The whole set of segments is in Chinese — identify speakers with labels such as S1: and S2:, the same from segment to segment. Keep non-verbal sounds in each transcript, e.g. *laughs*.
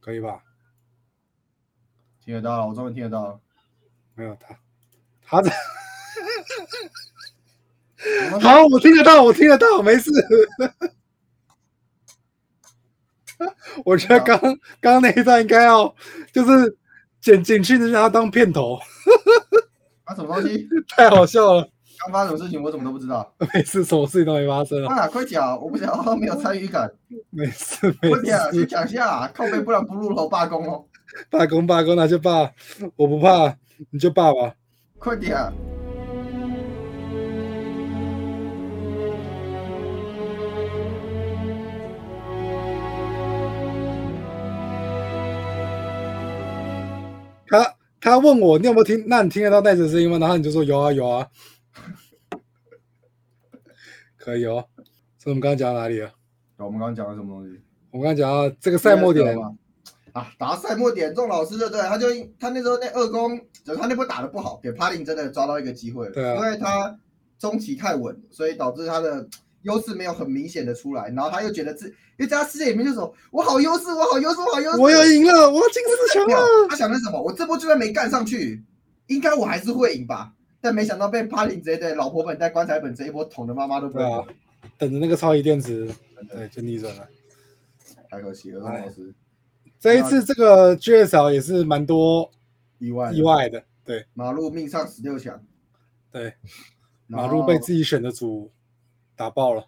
S1: 可以吧？
S2: 听得到了，我终于听得
S1: *laughs*
S2: 到了。
S1: 没有他，他在。 *laughs* 好，我听得到，我听得到，没事。 *laughs* 我觉得刚刚那一段应该要就是剪进去，让它当片头， *laughs*
S2: 啊，什么东西？
S1: 太好笑了。
S2: 刚发生什么事情？我怎么都不知道。
S1: 没事，什么事情都没发生啊，
S2: 啊，快讲！我不想，我没有参与感。
S1: 没事 *laughs* 没
S2: 快点，先
S1: 事。
S2: 讲一下，靠背，不然不入楼罢工哦。
S1: *laughs* 罢工罢工，那就罢，我不怕，你就罢吧。
S2: 快点！啊
S1: 他他问我你有没有听，那你听得到袋子的声音吗？然后你就说有啊有啊，可以哦。所以我们刚刚讲到哪里了？
S2: 我们刚刚讲了什么东西？
S1: 我们刚刚讲到这个赛末点，
S2: 啊，打赛末点中老师对不对？他就他那时候那二攻，就是他那波打的不好，给帕林真的抓到一个机会了，
S1: 对啊
S2: 因为他中期太稳，所以导致他的优势没有很明显的出来，然后他又觉得自，因为在他世界里面就是说我好优势，我好优势，我好优势，
S1: 我要赢了，我要进四强啊
S2: 没有
S1: 了。，
S2: 他想的是什么？我这波就算没干上去，应该我还是会赢吧。但没想到被帕林直接对老婆本带棺材本这一波捅的妈妈都不
S1: 对
S2: 认
S1: 啊
S2: 得，，
S1: 等着那个超级电池，对，就逆转了。
S2: 太可惜了，
S1: 哎
S2: 钟老师
S1: 这一次这个 GSL 也是蛮多
S2: 意外了
S1: 意，外的，对
S2: 马路命上十六强，
S1: 对，
S2: 然
S1: 马
S2: 后
S1: 路被自己选的组打爆了。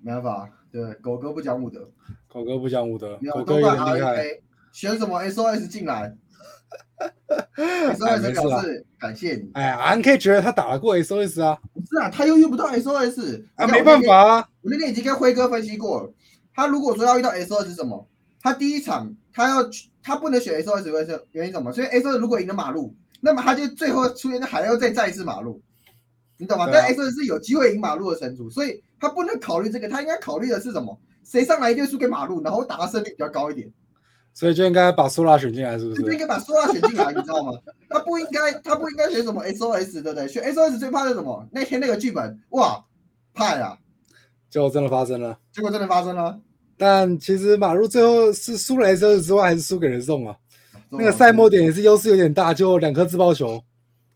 S2: 没办法，对，狗哥不讲武德，
S1: 狗哥不讲武德
S2: 没，
S1: 狗
S2: 有
S1: 哥
S2: 都
S1: 有
S2: 怪
S1: 点厉害，
S2: RFA，选什么 SOS
S1: *laughs*
S2: 进来
S1: 哎没事
S2: ，SOS
S1: 啊
S2: 表示感谢你，
S1: 哎呀，NK 觉得他打得过 SOS 啊，
S2: 不是啊，他又遇不到 SOS，
S1: 啊，
S2: 你看
S1: 没办法啊，
S2: 我那天已经跟辉哥分析过了，他如果说要遇到 S 二是什么，他第一场他要去，他不能选 S 二是原因原因什么？所以 S 二如果赢了马路，那么他就最后出现还要再战一次马路，你懂吗？
S1: 对啊
S2: 但 S 二是有机会赢马路的神族，所以他不能考虑这个，他应该考虑的是什么？谁上来一定输给马路，然后打他胜率比较高一点，
S1: 所以就应该把苏拉选进来，是不
S2: 就不
S1: 是？
S2: 应该把苏拉选进来，你知道吗？他不应该，他不应该选什么 SOS，对不对？选 SOS 最怕是什么？那天那个剧本，哇，怕呀、
S1: 结果真的发生了。
S2: 结果真的发生了。
S1: 但其实马路最后是输了 SOS 之外，还是输给人送啊。
S2: 那
S1: 那个赛末点也是优势有点大，就两颗自爆球，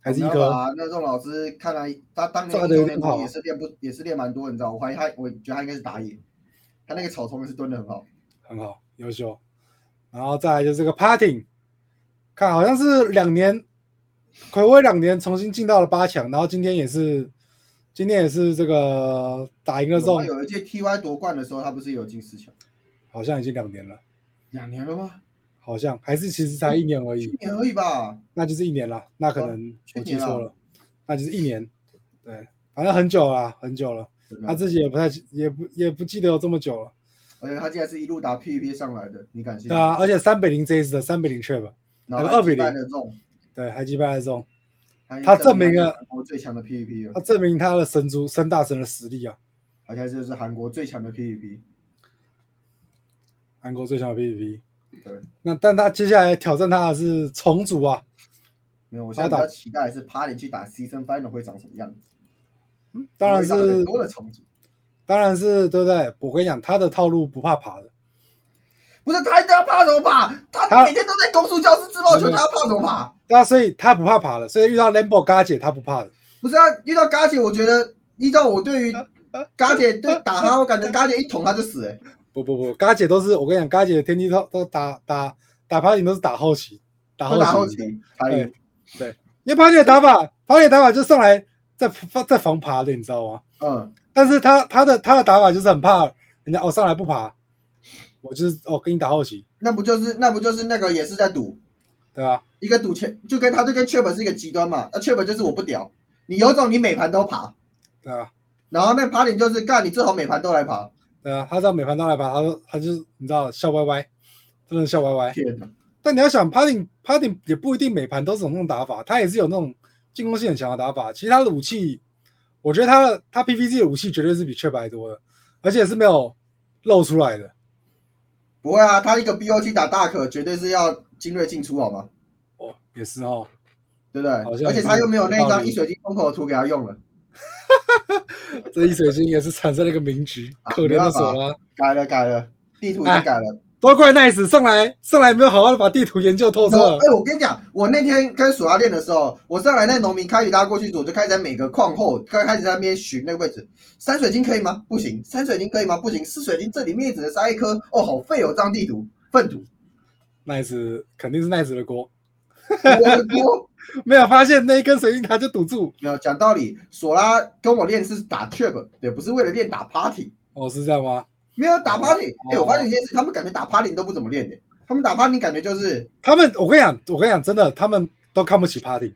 S1: 还是一
S2: 没有
S1: 颗。
S2: 吧那仲老师看来他当年
S1: 抓得有点
S2: 联
S1: 好
S2: 盟也是练不也是练蛮多，你知道？我怀疑他，我觉得他应该是打野，他那个草丛也是蹲的很好。
S1: 很好，优秀。然后再来就是这个 Parting，看好像是两年，暌违两年重新进到了八强，然后今天也是，今天也是这个打赢了
S2: 我
S1: 中
S2: 们，有一届 TY 夺冠的时候，他不是有进四强？
S1: 好像已经两年了，
S2: 两年了吗？
S1: 好像还是其实才一年而
S2: 一
S1: 已，
S2: 年而已吧。
S1: 那就是一年了，那可能我
S2: 去
S1: 记
S2: 年啊
S1: 错了，那就是一年，对，反正很久了啊，很久了，
S2: 嗯
S1: 他自己也不太也不也不记得有这么久了，
S2: 而且他竟然是一路打 PVP 上来的，你敢信
S1: 对？啊，而且三比零这一次的三比零 trap，
S2: 然
S1: 那
S2: 后
S1: 个2-0
S2: 2-0的中，
S1: 对，还击败了中，
S2: 已经
S1: 他证明了
S2: 韩国最强的 PVP
S1: 他
S2: 了，
S1: 证明他的神族神大神的实力啊。
S2: 而且这是韩国最强的 PVP。
S1: 韩国最强的 PVP。
S2: 对，
S1: 那但他接下来挑战他的是重组啊，
S2: 没有，我现在比较期待的是帕林去打 Season Final 会长什么样子。
S1: 当然
S2: 会打
S1: 是
S2: 很多的重组。
S1: 当然是对不对？我跟你讲，他的套路不怕爬的，
S2: 不是他他怕什么怕？
S1: 他
S2: 他每天都在攻速教室自爆球，
S1: 没有
S2: 他怕什么怕？
S1: 那所以他不怕爬的，所以遇到 Lambo 嘎姐他不怕的。
S2: 不是啊，遇到嘎姐，我觉得依照我对于嘎姐对打他，我感觉嘎姐一捅他就死哎、
S1: 不不不，嘎姐都是我跟你讲，嘎姐的天梯都都打打打爬顶都是打后期，打
S2: 他打
S1: 后
S2: 后
S1: 期，
S2: 勤才赢。
S1: 因为爬顶的打法，爬顶打法就上来在在防爬的，你知道吗？
S2: 嗯，
S1: 但是他他的他的打法就是很怕人家哦上来不爬，我就是哦跟你打后期，
S2: 那不就是那不就是那个也是在赌，
S1: 对吧、
S2: 一个赌钱就跟他就跟 Chip 是一个极端嘛，那 Chip 就是我不屌，你有种你每盘都爬，
S1: 对吧、
S2: 然后那爬点就是干你最好每盘都来爬。
S1: 对啊，他到美盘当来吧，他说他就是你知道笑歪歪，真的笑歪歪。
S2: 天哪，
S1: 但你要想 p a r t i n p a r t i n 也不一定每盘都是有那种打法，他也是有那种进攻性很强的打法。其实他的武器，我觉得他的他 PVC 的武器绝对是比雀白多的，而且是没有露出来的。
S2: 不会啊，他一个 BO 去打大可绝对是要精锐进出好吗？
S1: 哦，也是哦，
S2: 对不对
S1: 好像？
S2: 而且他又没有那
S1: 有道
S2: 张
S1: 理
S2: 一水晶封口的图给他用了。
S1: 这一水晶也是产生了一个名局，
S2: 啊
S1: 可怜的索拉。啊
S2: 改了改了，地图已经改了，
S1: 都怪 Nice 上来上来没有好好的把地图研究透彻
S2: 哎、，我跟你讲，我那天跟鼠阿练的时候，我上来那农民开鱼拉过去煮，我就开始在每个矿后，刚开始在那边寻那个位置。山水晶可以吗？不行。山水晶可以吗？不行。四水晶这里面只能塞一颗。哦，好废哦，这张地图，粪土。
S1: Nice 肯定是 Nice 的锅，
S2: 我的锅。
S1: 没有发现那一根水晶塔就堵住。
S2: 没有讲道理，索拉跟我练是打 trap，也不是为了练打 party，
S1: 哦，是这样吗？
S2: 没有打 party。哎、
S1: 哦
S2: 我发现一件事，他们感觉打 party 都不怎么练的、他们打 party 感觉就是
S1: 他们，我跟你讲，我跟你讲，真的，他们都看不起 Party，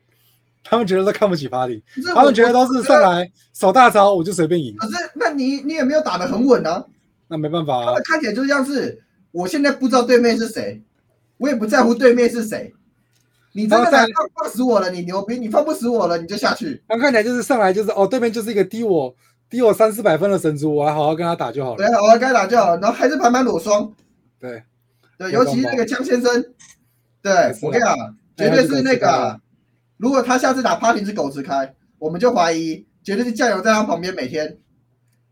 S1: 他们觉得都看不起 Party，
S2: 就是我
S1: 他们觉得都是上来手大招我就随便赢，
S2: 可是那你你也没有打得很稳啊，
S1: 那没办法
S2: 他
S1: 啊
S2: 们。看起来就像是我现在不知道对面是谁，我也不在乎对面是谁，你真的
S1: 然
S2: 来
S1: 后再
S2: 放放死我了，你牛逼，你放不死我了，你就下去。
S1: 他们看起来就是上来就是哦，对面就是一个低我低我三四百分的神猪，我还好好跟他打就好
S2: 对
S1: 了。，
S2: 我该打就好了，然后还是盘盘裸双，
S1: 对，
S2: 对，
S1: 没
S2: 尤其是
S1: 办法
S2: 那个江先生，对
S1: 还是
S2: 我跟你讲，绝对是那个啊，如果他下次打 party 是狗子开，我们就怀疑绝对是酱油在他旁边每天，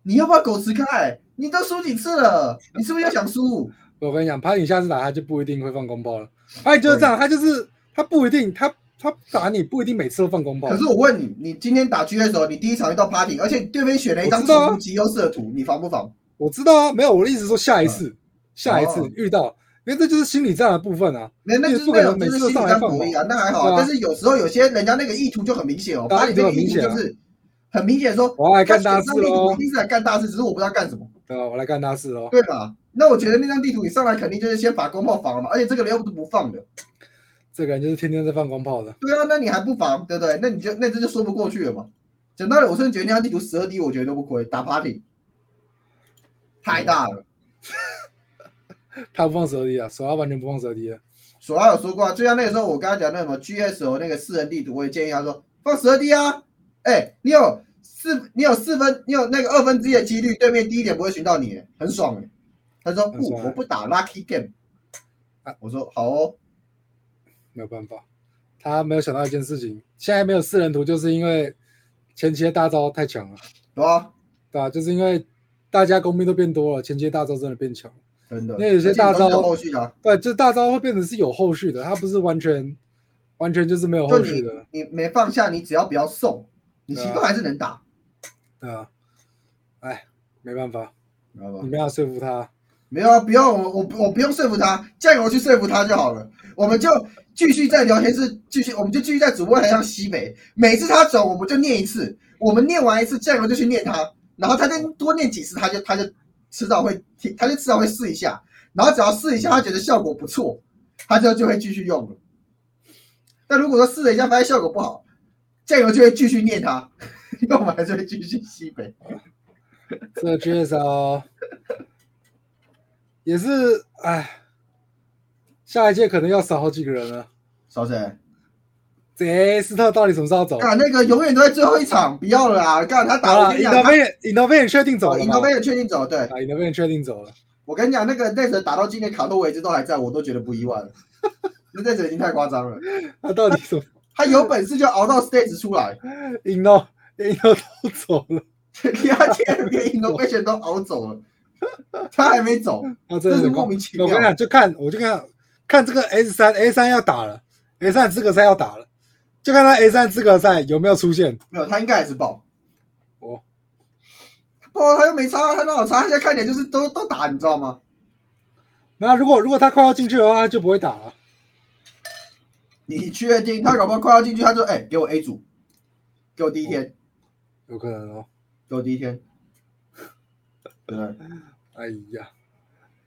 S2: 你要不要狗子开？你都输几次了？你是不是又想输？
S1: 我跟你讲，Party 下次打他就不一定会放公炮了。哎，就是这样，他就是他不一定他他打你不一定每次都放公炮
S2: 可，是我问你，你今天打 G 的时候，你第一场遇到 Party，而且你对面选了一张
S1: 我知道啊
S2: 宠物极优势的图，你防不防？
S1: 我知道啊，没有我的意思是说下一次下一次
S2: 嗯哦
S1: 遇到，因为这就是心理战的部分啊。
S2: 那那
S1: 你
S2: 就
S1: 也
S2: 是
S1: 不
S2: 那
S1: 可
S2: 种
S1: 能每
S2: 就是
S1: 次都
S2: 心理
S1: 上来
S2: 战
S1: 放
S2: 博弈
S1: 吧
S2: 啊，那还好、
S1: 对啊
S2: 但是有时候有些人家那个意图就很明显哦，
S1: 对啊
S2: 把你这个意图
S1: 意图
S2: 就
S1: 很
S2: 是很明显说，
S1: 我要来
S2: 他
S1: 干大啊
S2: 选
S1: 事
S2: 上地图
S1: 喽
S2: 一，定是来干大事，只是我不知道干什么，
S1: 对啊吧？我来干大事喽。
S2: 对吧？那我觉得那张地图你上来肯定就是先把公炮防了嘛，而且这个人又不是不放的，
S1: 这个人就是天天在放光炮的。
S2: 对啊，那你还不防，对不对？那你就那这就说不过去了嘛。讲道理，我真的觉得那张地图十二 D 我觉得都不亏，打 Party 太大了。
S1: 他不放蛇敌啊，手他完全不放蛇敌了。
S2: 索拉有说过、啊，就像那个时候我刚刚讲那什么 GSO 那个四人地图，我也建议他说放十二 D 啊，哎、你有四你有四分，你有那个二分之一的几率，对面第一点不会寻到你，很爽哎、他说
S1: 很
S2: 不，
S1: 爽啊
S2: 我不打 Lucky Game，、
S1: 啊
S2: 我说好哦，
S1: 没有办法，他没有想到一件事情，现在没有四人图，就是因为前期的大招太强了，
S2: 对啊，
S1: 对吧、就是因为大家工兵都变多了，前期的大招真的变强。
S2: 真的，
S1: 那有些大招
S2: 而且你都没有后续啊，
S1: 对，这大招会变成是有后续的，它不是完全完全就是没有
S2: 就
S1: 后续
S2: 你
S1: 的，
S2: 你没放下，你只要不要送，你习
S1: 对啊
S2: 惯还是能打，
S1: 对啊。哎，没办法，
S2: 知道吧
S1: 你？没办法说服他。
S2: 没有啊，不用，我我不我不用说服他，酱油去说服他就好了。我们就继续在聊天室继续，我们就继续在主播台上吸美。每次他走，我们就念一次，我们念完一次，酱油就去念他，然后他再多念几次，他就他就迟早会听，他就迟早会试一下，然后只要试一下，他觉得效果不错，他就就会继续用了。但如果说试了一下发现效果不好，酱油就会继续念他， *laughs* 因为我们还是会继续吸美。
S1: 这 GSL *laughs* 也是，哎，下一届可能要少好几个人了。
S2: 少谁？
S1: 这哎斯特到底什么时候走？
S2: 啊，那个永远都在最后一场，不要了啦！干他打我
S1: 好
S2: 跟
S1: 了
S2: 你讲，他哦
S1: ，Innovator，Innovator 确定走了
S2: 赢
S1: 吗
S2: 到被人确定走。对
S1: 啊，Innovator 确定走了。
S2: 我跟你讲，那个那时打到今天卡多维兹都还在，我都觉得不意外了。那那时已经太夸张了，
S1: 他到底怎么
S2: 他有本事就熬到 stage 出来， *laughs*
S1: Inno Inno 都走了？
S2: 第二天连 innovation 都熬走了，他还没走，
S1: 他真
S2: 真
S1: 的
S2: 是
S1: 很
S2: 莫
S1: 狂
S2: 名其
S1: 我
S2: 妙
S1: 跟你。讲，就看我就看看这个 S 三 A 三要打了，A 三资格赛要打了，就看他 A 三资格赛有没有出现。
S2: 没有，他应该还是爆。
S1: 哦，
S2: 爆他又没差，他哪有差？他现在看起来就是都都打，你知道吗？
S1: 那如果如果他快要进去的话，他就不会打了。
S2: 你确定他搞不好快要进去，他就哎、给我 A 组，给我第一天，
S1: 有可能哦。
S2: 给我第一天， *laughs* 对啊不对。
S1: 哎呀，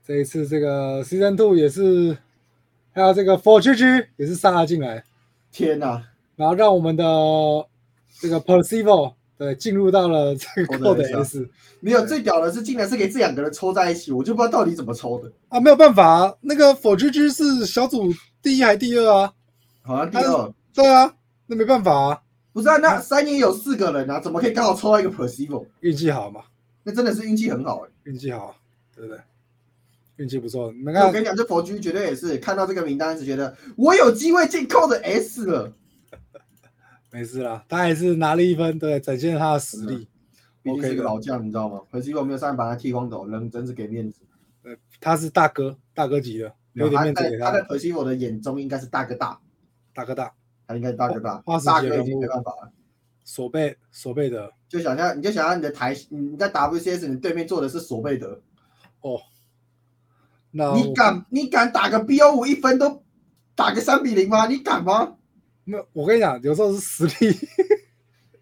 S1: 这一次这个 Season Two 也是，还有这个 For GG 也是杀了进来，
S2: 天呐、
S1: 然后让我们的这个 Percival 对进入到了这个
S2: Code
S1: Code S。
S2: 没有最屌的是，竟然是给这两个人抽在一起，我就不知道到底怎么抽的，
S1: 啊，没有办法、啊，那个否 GG 是小组第一还第二啊？
S2: 好像第二。
S1: 对啊，那没办法啊，
S2: 不是啊，那三也有四个人啊，怎么可以刚好抽到一个 Percival？
S1: 运气好嘛，
S2: 那真的是运气很好哎、
S1: 运气好，对不对？运气不错，你们
S2: 那我
S1: 看
S2: 跟你讲，这佛居绝对也是看到这个名单时觉得我有机会进 Code S 了，
S1: 没事啦，他还是拿了一分，对，展现了他的实
S2: 嗯
S1: 力。
S2: 毕竟是
S1: OK 的
S2: 个老将，你知道吗？Percival 没有上来把他剃光头，人真是给面子。
S1: 他是大哥，大哥级的，留
S2: 有
S1: 点
S2: 他
S1: 面子
S2: 在
S1: 给他
S2: 他在 Percival 的眼中应该是大哥大，
S1: 大哥大，
S2: 他应该是大哥大
S1: 花花，世
S2: 大
S1: 界
S2: 哥已
S1: 人
S2: 经
S1: 物
S2: 没办法了。
S1: 索贝索贝德，
S2: 就想象，你就想象你的台，你在 WCS 你对面坐的是索贝德，
S1: 那
S2: 你
S1: 哦我
S2: 敢你敢打个 BO 五一分都打个三比零吗？你敢吗？
S1: 没有？我跟你讲，有时候是实力，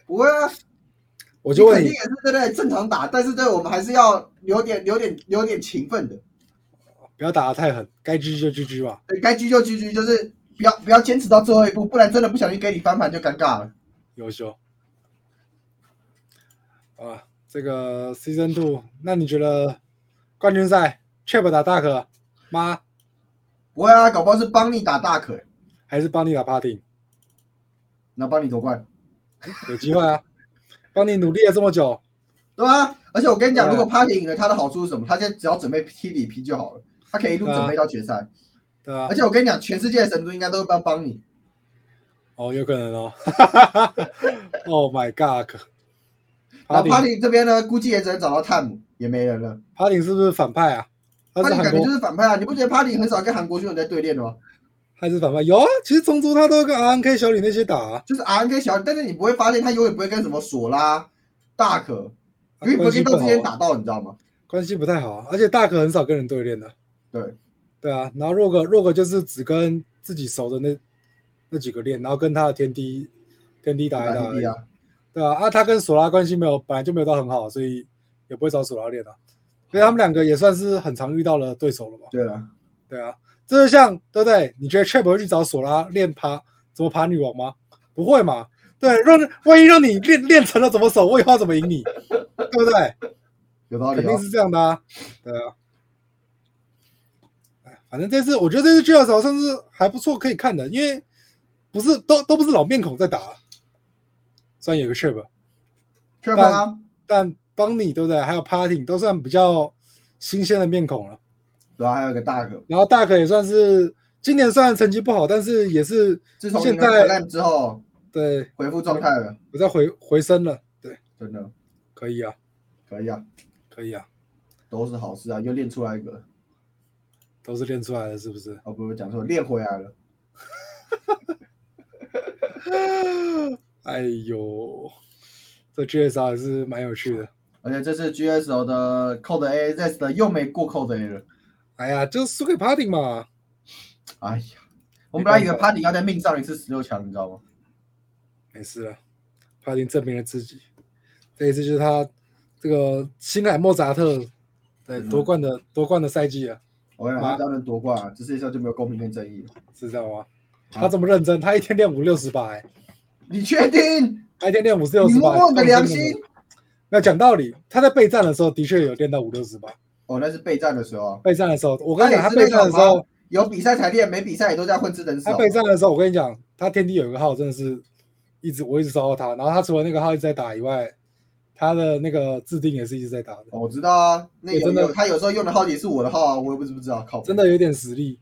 S2: 不会啊，
S1: 我就
S2: 你
S1: 问
S2: 肯
S1: 你
S2: 定，也是对不对？正常打，但是对我们还是要留点留点留点勤奋的，
S1: 不要打得太狠，该狙就狙狙吧。
S2: 对该狙就狙狙，就是不要不要坚持到最后一步，不然真的不小心给你翻盘就尴尬了。
S1: 优秀。啊，这个 Season Two，那你觉得冠军赛 Chip 打大可妈，
S2: 不会啊，搞不好是帮你打大可，
S1: 还是邦尼打 Party？
S2: 然后帮你夺冠，
S1: 有机会啊！ *laughs* 帮你努力了这么久，
S2: 对吧、而且我跟你讲，
S1: 对啊
S2: 如果 Party 赢了，他的好处是什么？他现在只要准备 T V P 就好了，他可以一路
S1: 对啊啊
S2: 准备到决赛。
S1: 对吧、
S2: 而且我跟你讲，全世界的神都应该都会帮帮你。
S1: 哦，有可能哦。oh my God！
S2: 然
S1: Party
S2: 后 Party 这边呢，估计也只能找到探姆，也没人了。
S1: Party 是不是反派啊？他是
S2: Party
S1: 韩
S2: 感觉
S1: 国
S2: 就是反派啊！你不觉得 Party 很少跟韩国军人在对练的吗？
S1: 还是反派？有啊，其实中途他都跟 RNK 小李那些打、啊，
S2: 就是 RNK 小，但是你不会发现他永远不会跟什么索拉、大可，因为不会
S1: 关系
S2: 跟
S1: 不
S2: 到之
S1: 好
S2: 间
S1: 啊、
S2: 打到，你知道吗？
S1: 关系不太好啊、而且大可很少跟人对练的。
S2: 对，
S1: 对啊，然后 Rog Rog 就是只跟自己熟的那那几个练，然后跟他的天梯天梯打一打
S2: 打
S1: 而
S2: D
S1: 已。
S2: 啊，
S1: 对啊，啊，他跟索拉关系没有，本来就没有到很好，所以也不会找索拉练啊。所以他们两个也算是很常遇到的对手了嘛。
S2: 对了，
S1: 对啊，这就像对不对？你觉得 Trap 会去找索拉练爬怎么爬女王吗？不会嘛？对，让万一让你练练成了怎么手，我以后要怎么赢你？对不对？
S2: 有道
S1: 肯
S2: 理啊
S1: 定。是这样的啊，对啊。哎，反正这次我觉得这次 G 二潮算是还不错，可以看的，因为不是都都不是老面孔在打，虽然有个 Trip，
S2: 确认啊，
S1: 但邦尼对不对？还有 Parting 都算比较新鲜的面孔了。
S2: 然后还有一个大可，
S1: 然后大可也算是今年虽然成绩不好，但是也是
S2: 自从
S1: 现
S2: 赢了
S1: 在
S2: Clan 之后
S1: 对
S2: 恢复状态了，
S1: 我在回回升了，对，
S2: 真的
S1: 可以啊，
S2: 可以啊，
S1: 可以啊，
S2: 都是好事啊，又练出来一个，
S1: 都是练出来的，是不是？
S2: 哦，不是讲错了，练回来了。
S1: 哎呦，这 GSR 还是蛮有趣的。
S2: 而且这次 GSO 的 Code A S 的又没过 Code A 了。
S1: 哎呀，就输给 Party 嘛，
S2: 哎呀，我
S1: 没
S2: 们本来以为
S1: 办
S2: Party 要在命上一次十六强，你知道吗？
S1: 没事了。Party 证明了自己，这一次就是他这个新海莫扎特对
S2: 嗯
S1: 夺冠的夺冠的赛季了，
S2: 我跟你
S1: 啊
S2: 讲，他只要能夺冠啊，这世界上就没有公平跟正义了。
S1: 知道吗？
S2: 啊
S1: 他这么认真，他一天练五六十把，哎，
S2: 你确定？
S1: 他一天练五十六
S2: 你
S1: 十把，
S2: 摸摸你的良
S1: 认真
S2: 心
S1: 地。。那讲道理，他在备战的时候的确有练到五六十把。
S2: 哦，那是备战的时候啊，
S1: 备战的时候，我跟你讲，
S2: 他
S1: 他
S2: 也是
S1: 备战的时
S2: 那种啊
S1: 候
S2: 吗，有比赛才练，没比赛也都在混吃等死
S1: 他
S2: 哦。
S1: 备战的时候，我跟你讲，他天地有一个号真的是一直我一直骚扰他，然后他除了那个号一直在打以外，他的那个制定也是一直在打的，
S2: 哦我知道啊，那
S1: 我
S2: 有
S1: 真的
S2: 有他有时候用的号也是我的号啊，我又不是不知道，靠，
S1: 真的有点实力。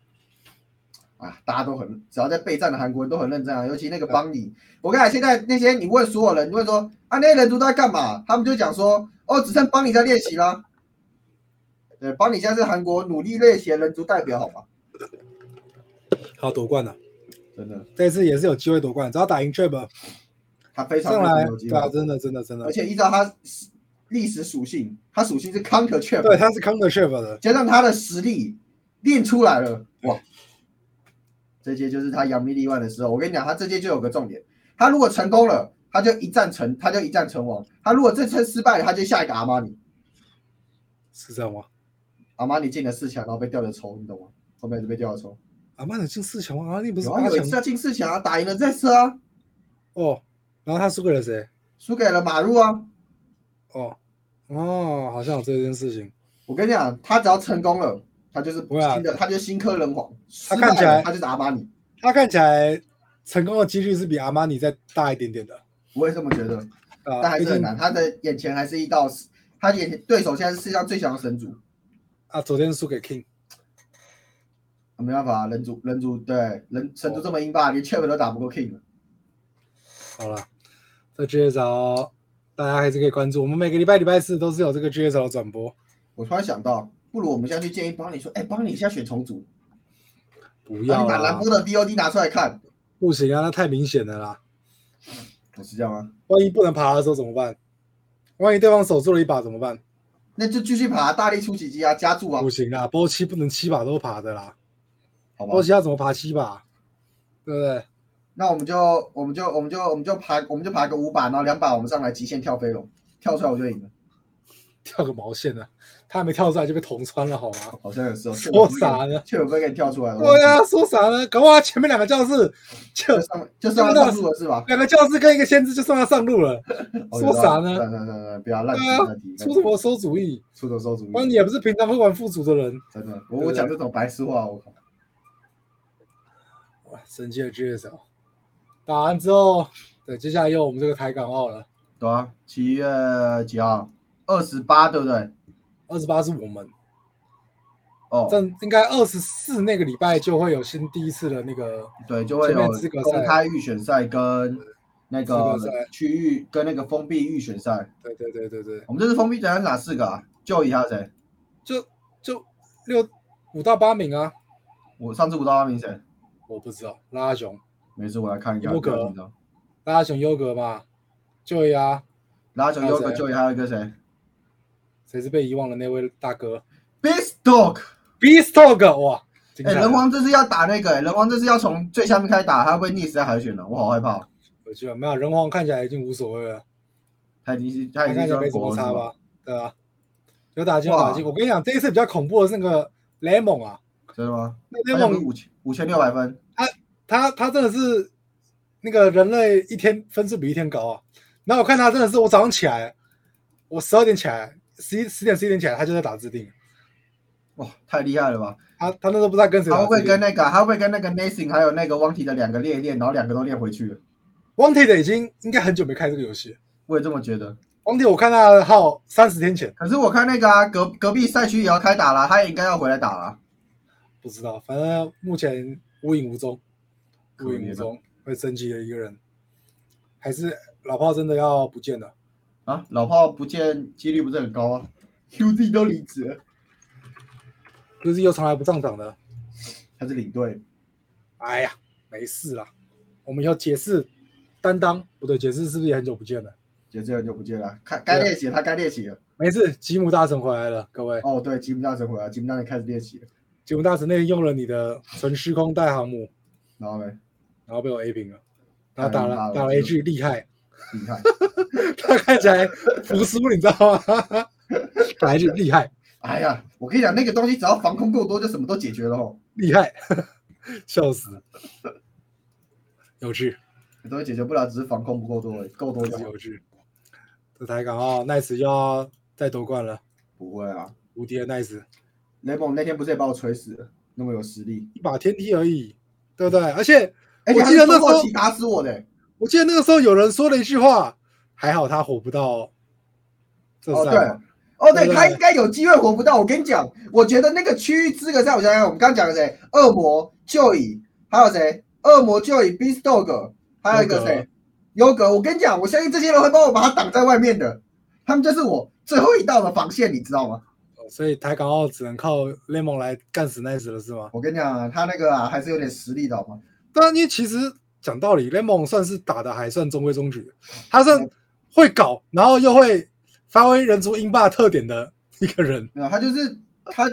S2: 啊，大家都很，只要在备战的韩国人都很认真啊，尤其那个邦尼，我跟你讲，现在那些你问所有人，你问说啊，那些人都在干嘛？他们就讲说，哦，只剩邦尼在练习啦。对，邦尼现在是韩国努力练习的人族代表，好吧？
S1: 好夺冠了，
S2: 真的，
S1: 这次也是有机会夺冠，只要打赢 Trap
S2: 他非常
S1: 上来，
S2: 有机
S1: 对
S2: 会哎
S1: 啊，，真的真的真的
S2: 而，且依照他历史属性，他属性是 counter trap，
S1: 对，他是 counter Trap 的，
S2: 加上他的实力练出来了，哇！这届就是他扬名立万的时候。我跟你讲，他这届就有个重点，他如果成功了，他就一战成，他就一战成王；他如果这次失败了，他就下一个阿玛尼。
S1: 是这样吗？
S2: 阿玛尼进了四强，然后被吊着抽，你懂吗？后面就被吊着抽。
S1: 阿曼的进四强吗？阿力不是
S2: 有
S1: 八
S2: 啊，有一
S1: 强
S2: 次他进四强啊，打赢了这次啊，
S1: 哦，然后他输给了谁？
S2: 输给了马路啊。
S1: 哦哦，好像有这件事情，
S2: 我跟你讲，他只要成功了，他就是
S1: 不会啊
S2: 新的，他就是新科人皇。
S1: 他看起来
S2: 失败了他就是阿玛尼，
S1: 他看起来成功的几率是比阿玛尼再大一点点的。
S2: 我也这么觉得。
S1: 啊，
S2: 但还
S1: 毕
S2: 是很
S1: 竟
S2: 难，他的眼前还是一道，他眼前对手现在是世界上最强的神族。
S1: 啊，昨天输给 King，
S2: 啊没办法，人族人族对人神族这么硬霸，连 Chap 都打不过 King 了。
S1: 好了，这 GSL 大家还是可以关注，我们每个礼拜礼拜四都是有这个 GSL 的转播。
S2: 我突然想到，不如我们现在去建议帮你说，哎，帮你现在选重组，
S1: 不
S2: 然
S1: 要啊
S2: 后啊你把蓝
S1: 啦，
S2: 波的 VOD 拿出来看，
S1: 不行啊，那太明显了啦。
S2: 我哦是这样吗？
S1: 万一不能爬的时候怎么办？万一对方守住了一把怎么办？
S2: 那就继续爬大力出奇迹啊，加注啊
S1: 不，行啦，波七不能七把都爬的啦，
S2: 好吧
S1: 波？七要怎么爬七把？对不对？
S2: 那我们就我们就我们就我们就爬我们就爬个五把，然后两把我们上来极限跳飞龙，跳出来我就赢了，
S1: 跳个毛线呢、啊他还没跳出来就被捅穿了，好吗？
S2: 好像有时候
S1: 说啥呢？
S2: 确有被给你跳出来了，
S1: 对啊，说啥呢？搞不好前面两个教室就
S2: 就上就上上路了是吧？
S1: 两个教室跟一个先知就送他上路了，
S2: 哦
S1: 说啥呢
S2: 算算算算，不要乱提
S1: 对啊
S2: 乱提，
S1: 出什么馊主意？
S2: 出手馊主
S1: 那
S2: 意？
S1: 你也不是平常会玩副组的人，
S2: 真的，我我讲这种白痴话，我靠！
S1: 哇，神奇的 GSL。打完之后，对，接下来又我们这个台港澳了，
S2: 对啊，七月几号？二十八，对不对？
S1: 二十八是我们，
S2: 哦，
S1: 但应该二十四那个礼拜就会有新第一次的那个
S2: 对，就会有
S1: 前面资格赛
S2: 公开预选赛跟那个
S1: 资格赛
S2: 区域跟那个封闭预选赛。
S1: 对对对对对，
S2: 我们这次封闭选赛哪四个啊？就一下谁？
S1: 就就六五到八名啊，
S2: 我上次不知道他名谁，
S1: 我不知道，拉拉熊，
S2: 没事，我来看一下。
S1: 优格
S2: 不要紧张
S1: 拉拉熊优格嘛，就啊呀，
S2: 拉球优
S1: 还有
S2: 格
S1: 谁啊
S2: 就一还有一个谁
S1: 谁是被遗忘的那位大哥
S2: ？Beast Dog，
S1: ，Beast Dog，哇，精
S2: 哎，
S1: 彩了啊
S2: 人，王这次要打那个，哎人王这次要从最下面开始打，他会不会溺死在海选了，我好害怕哦。
S1: 我觉得没有人皇看起来已经无所谓了，
S2: 他已经是他
S1: 他
S2: 已
S1: 看
S2: 经
S1: 起来没
S2: 是
S1: 什
S2: 国
S1: 么
S2: 王
S1: 差
S2: 了
S1: 吧？对啊，有打进有打进，我跟你讲，这一次比较恐怖的是那个雷蒙啊，
S2: 真的吗？
S1: 那
S2: 他
S1: 雷蒙
S2: 有五千五千六百分，
S1: 他他真的是那个人类一天分数比一天高啊。然后我看他真的是，我早上起来，我十二点起来，十一十点十一点起来，他就在打制定。
S2: 哇，太厉害了吧！
S1: 他他那时候不知道跟谁
S2: 他
S1: 打
S2: 会
S1: 制定。
S2: 不会跟那个，他会不会跟那个 Nathan 还有那个 Wanty 的两个练一练，然后两个都练回去了？
S1: Wanted 已经应该很久没开这个游戏了。
S2: 我也这么觉得。
S1: Wanted 我看他的号三十天前，
S2: 可是我看那个啊，隔隔壁赛区也要开打了，他也应该要回来打了。
S1: 不知道，反正目前无影无踪，
S2: 可
S1: 无
S2: 怜啊
S1: 影无踪，会升级的一个人，还是老炮真的要不见了。
S2: 啊，老炮不见几率不是很高啊，QZ 都离职了，
S1: 就是又从来不上场的，
S2: 他是领队，
S1: 哎呀，没事啦。我们要解释担当，不对，解释是不是也很久不见了？
S2: 就这样就不见了。看该练习了，他该练习了。
S1: 没事，吉姆大神回来了，各位，
S2: 哦，对，吉姆大神回来，吉姆大神开始练习了。
S1: 吉姆大神那天用了你的纯时空带航母，
S2: 然后呢，
S1: 然后被我 A 平了，然后打
S2: 哎
S1: 了
S2: 妈的
S1: 打了一句厉害，
S2: 厉害，
S1: 他看起来服输，你知道吗？打了一句厉害
S2: 哎呀，我跟你讲，那个东西只要防空够多，就什么都解决了哦，
S1: 厉害， *laughs* 笑死，有趣，
S2: 东西解决不了，只是防空不够多而已，够多
S1: 真
S2: 就是好。
S1: 有趣。这台港澳奈斯又要再夺冠了，
S2: 不会啊，
S1: 无敌的奈斯，
S2: 雷蒙那天不是也把我锤死了，那么有实力，
S1: 一把天梯而已，对不对？而且
S2: 而且
S1: 我
S2: 他
S1: 记得
S2: 是
S1: 那时候
S2: 中后期打死我的、欸
S1: 我记得那个时候有人说了一句话，还好他活不到这
S2: 哦，
S1: 赛
S2: 对
S1: 嘛。，
S2: 哦，
S1: 对
S2: 对
S1: 对
S2: 他
S1: 对
S2: 应该有机会活不到。我跟你讲，我觉得那个区域资格赛，我想想，我们刚刚讲的谁？恶魔、就椅，还有谁？恶魔、就椅、Beast Dog，还有一个谁？优格。我跟你讲，我相信这些人会帮我把他挡在外面的，他们就是我最后一道的防线，你知道吗？
S1: 所以台港澳只能靠联盟来干死 Nice 了，是吗？
S2: 我跟你讲啊，他那个啊还是有点实力的，好吗？
S1: 对啊，因为其实讲道理，联盟算是打的还算中规中矩，他算会搞，然后又会发挥人族英霸特点的一个人。
S2: 没有，他就是他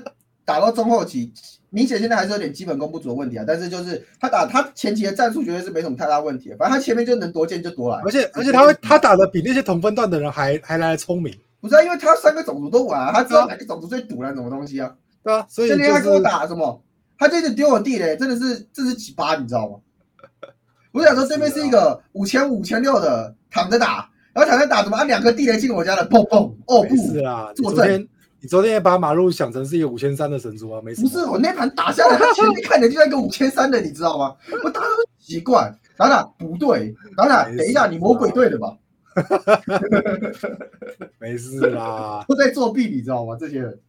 S2: 打到中后期，明显现在还是有点基本功不足的问题啊。但是就是他打他前期的战术绝对是没什么太大问题，反正他前面就能多见就多来
S1: 而。且而且他会他打的比那些同分段的人还还来得聪明，
S2: 不是、啊，因为他三个种族都玩、啊，他知道哪个种族最毒了什么东西啊。
S1: 对啊，所以
S2: 就
S1: 就
S2: 连他
S1: 是
S2: 跟我打什么，他就一直丢我地雷，真的是这是奇葩，你知道吗？我想说这边是一个五千五千六的躺着打，然后躺着打怎么啊两个地雷进我家了，砰砰哦
S1: 没事
S2: 不，
S1: 啦。你
S2: 作
S1: 昨天你昨天也把马路想成是一个五千三的神族啊，没事。
S2: 不是我那盘打下来，他前面看起来就像一个五千三的，你知
S1: *laughs*
S2: 道吗？我打的奇怪，然后打不对，然后打
S1: 没事
S2: 等一下你魔鬼队的吧，
S1: 没事啦，
S2: 都在作弊，你知道吗？这些人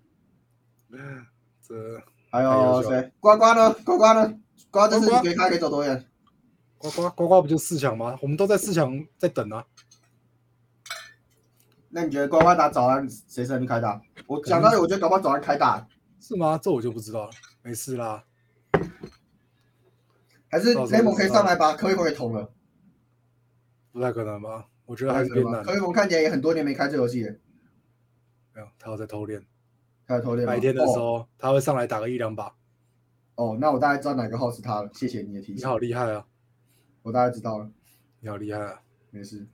S1: 这
S2: 还
S1: 哎
S2: 有
S1: 优秀
S2: 谁？呱呱呢？呱呱呢？呱这次
S1: 呱呱
S2: 你觉得他可以走多远？
S1: 呱呱呱呱不就四强吗？我们都在四强在等啊。
S2: 那你觉得呱呱打早安谁胜率开大？我讲道理，我觉得搞不好早安开大，
S1: 是吗？这我就不知道了，没事啦。
S2: 还是
S1: 到时候
S2: 雷蒙可以
S1: 知道
S2: 上来把科威蒙给捅了？
S1: 不太可能吧？我觉得还是变难
S2: 科。威蒙看起来也很多年没开这游戏了，
S1: 没有，他有在偷练。
S2: 开始偷练吗哦
S1: 白天的时候他会上来打个一两把，
S2: 哦。哦，那我大概知道哪个号是他了，谢谢你的提
S1: 你
S2: 醒，
S1: 好厉害啊！
S2: 我大概知道了，
S1: 你好厉害啊！
S2: 没事。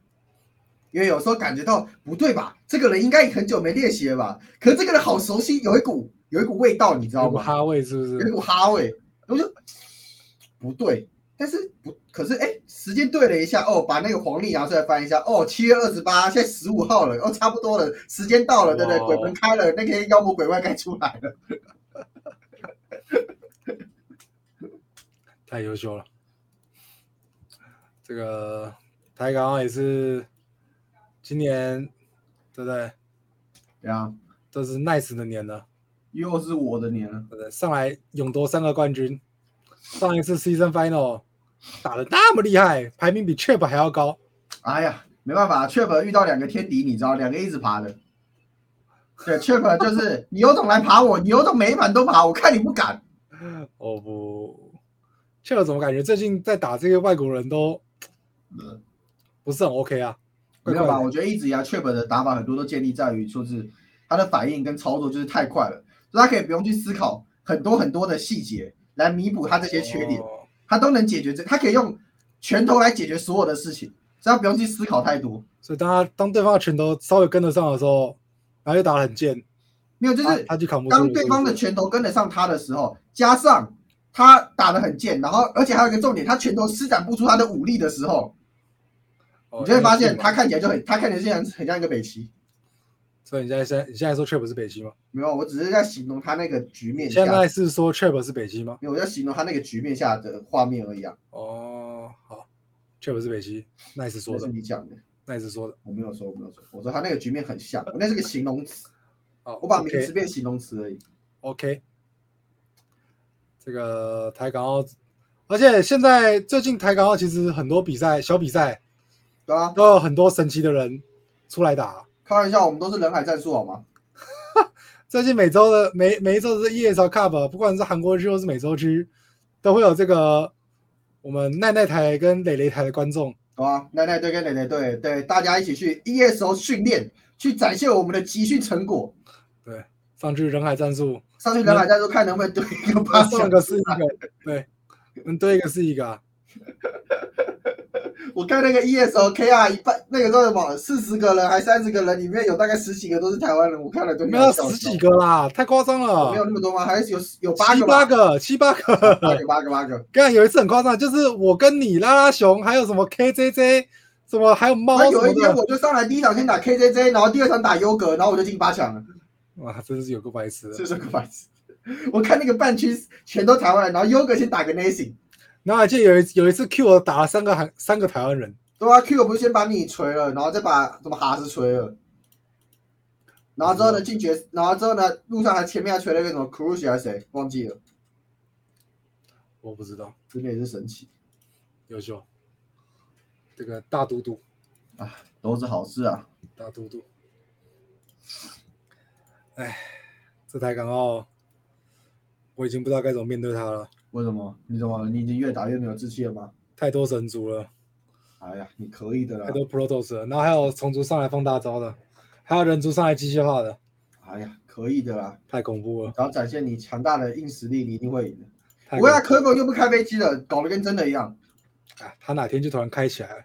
S2: 因为有时候感觉到不对吧，这个人应该很久没练习了吧？可是这个人好熟悉，有一股有一股味道，你知道
S1: 有个
S2: 吗？
S1: 哈位是不
S2: 有一
S1: 是？
S2: 股哈味，我就不对，但是不，可是哎、时间对了一下，哦，把那个黄历拿出来翻一下，哦，七月二十八，现在十五号了，哦，差不多了，时间到了，对不对？
S1: 哇哦
S2: 鬼门开了，那天妖魔鬼怪该出来了，
S1: 太优秀了。这个台港也是今年，对不对？
S2: 对啊，
S1: 这是 nice 的年了，
S2: 又是我的年了，
S1: 对不对？上来勇夺三个冠军，上一次 season final 打的那么厉害，排名比 Chip 还要高，
S2: 哎呀，没办法，雀本遇到两个天敌，你知道，两个一直爬的。对，雀本就是 *laughs* 你有种来爬我，你有种每一盘都爬，我看你不敢。
S1: 哦不，Chip 怎么感觉最近在打这些外国人都
S2: 嗯
S1: 不是很 OK 啊？怪
S2: 没
S1: 怪
S2: 有吧？
S1: 的，
S2: 我觉得一直以来确本的打法很多都建立在于说是他的反应跟操作就是太快了，所以他可以不用去思考很多很多的细节来弥补他这些缺点，
S1: 哦
S2: 他都能解决这，他可以用拳头来解决所有的事情，所以他不用去思考太多。
S1: 所以当他当对方的拳头稍微跟得上的时候，然后又打得很贱，
S2: 没有，就
S1: 他
S2: 是
S1: 他就扛不住了。
S2: 当对方的
S1: 是
S2: 拳头跟得上他的时候，加上他打得很贱，然后而且还有一个重点，他拳头施展不出他的武力的时候，
S1: 不是，
S2: 你就会发现他
S1: 哦。
S2: 看起来就很，他看起来就很很像一个北齐。
S1: 所以你现在现在你现在说 Trap 是北极吗？
S2: 没有，我只是在形容他那个局面
S1: 你
S2: 下
S1: 现在是说 Trap 是北极吗？
S2: 没有，我要形容他那个局面下的画面而已啊。
S1: 哦，好，Trap 是北极，Nice 说
S2: 这
S1: 的
S2: 是你讲的，
S1: ，Nice 说的。
S2: 我没有说，我没有说，我说他那个局面很像，我那是个形容词，
S1: 好，
S2: 我把名
S1: 哦 OK
S2: 词变形容词而已。
S1: OK，这个台港澳，而且现在最近台港澳其实很多比赛小比赛
S2: 对啊，
S1: 都有很多神奇的人出来打。
S2: 开玩笑，我们都是人海战术好吗？
S1: 最近每周的每每一周的 ESL Cup，不管是韩国区或是美洲区，都会有这个我们奈奈台跟磊磊台的观众，
S2: 对啊，奶奶队跟奶奶队，对，大家一起去 ESO 训练，去展现我们的集训成果。
S1: 对，上去人海战
S2: *laughs*
S1: 术，
S2: 上去人海战术，看能不能对一个八
S1: 上
S2: 项
S1: 个是一个，对，能对一个是一
S2: *laughs*
S1: 个、啊，啊
S2: 我看那个 E ESO KR 一半，那个叫什么，四十个人还三十个人，里面有大概十几个都是台湾人，我看了都
S1: 没有
S2: 笑
S1: 十
S2: 死
S1: 几个啦，太夸张
S2: 我没有
S1: 了，
S2: 那么多吗？还是有有八
S1: 七
S2: 个
S1: 八
S2: 吧？
S1: 个，七八个，
S2: 八个，八个，八个。
S1: *laughs* 刚才有一次很夸张，就是我跟你拉拉熊，还有什么 KJJ，什么还有猫
S2: 那
S1: 什
S2: 啊有一
S1: 么
S2: 天
S1: 的，
S2: 我就上来第一场先打 KJJ，然后第二场打优格，然后我就进八强了， *laughs*
S1: 哇，真是有个白痴的。
S2: 这是个白痴。我看那个半区全都台湾人，然后优格先打个 Nacing，
S1: 然后还记得有一有一次 Q 我打了三个韩三个台湾人，
S2: 对啊，Q 不是先把你锤了，然后再把什么哈斯锤了，然后之后呢进决，然后之后呢路上还前面还锤了一个什么 Cruz 还是谁忘记了，
S1: 我不知道，
S2: 真的也是神奇
S1: 优秀，这个大嘟嘟，
S2: 啊，都是好事啊。
S1: 大嘟嘟，哎，这台港澳，我已经不知道该怎么面对他了，
S2: 为什么？你怎么了？你已经越打越没有志气了吗？
S1: 太多神族了。
S2: 哎呀，你可以的啦
S1: 太。多 Protos 了，然后还有虫族上来放大招的，还有人族上来机械化的，
S2: 哎呀，可以的啦。
S1: 太恐怖了！
S2: 只要展现你强大的硬实力，你一定会赢的。
S1: 太恐
S2: 不会啊，
S1: 怖
S2: 科狗又不开飞机了，搞得跟真的一样。
S1: 了啊他哪天就突然开起来了，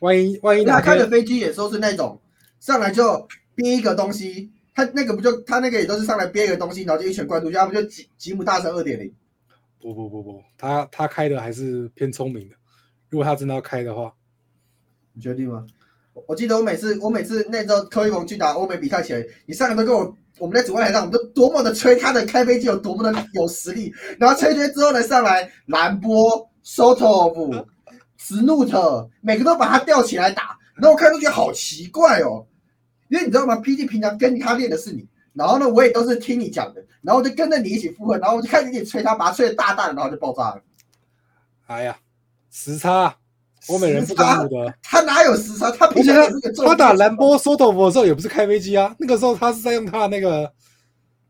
S1: 万一万一
S2: 他
S1: 哪
S2: 开的
S1: 天
S2: 飞机也都是那种上来就憋一个东西，他那个不就他那个也都是上来憋一个东西，然后就一拳灌出去，要不就吉吉姆大神二点零。
S1: 不不不不，他他开的还是偏聪明的，如果他真的要开的话，
S2: 你确定吗？我我记得我每次我每次那时候柯一鹏去打欧美比赛前，你上来都跟我我们在主外台上，我们都多么的吹他的开飞机有多么的有实力，然后吹一吹之后呢，上来兰波、Sotov、s n o t 每个都把他吊起来打，然后我看都觉得好奇怪哦，因为你知道吗？PG 平常跟他练的是你。然后呢，我也都是听你讲的，然后我就跟着你一起附和，然后我就开始一起吹他，把他吹的大大的，然后就爆炸了。
S1: 哎呀，时差，啊欧美人不讲武德，
S2: 他哪有时差？他
S1: 而
S2: 平
S1: 且
S2: 常
S1: 他
S2: 也是个重
S1: 他打
S2: 量级
S1: 兰波索斗夫的时候也不是开飞机啊，那个时候他是在用他的那个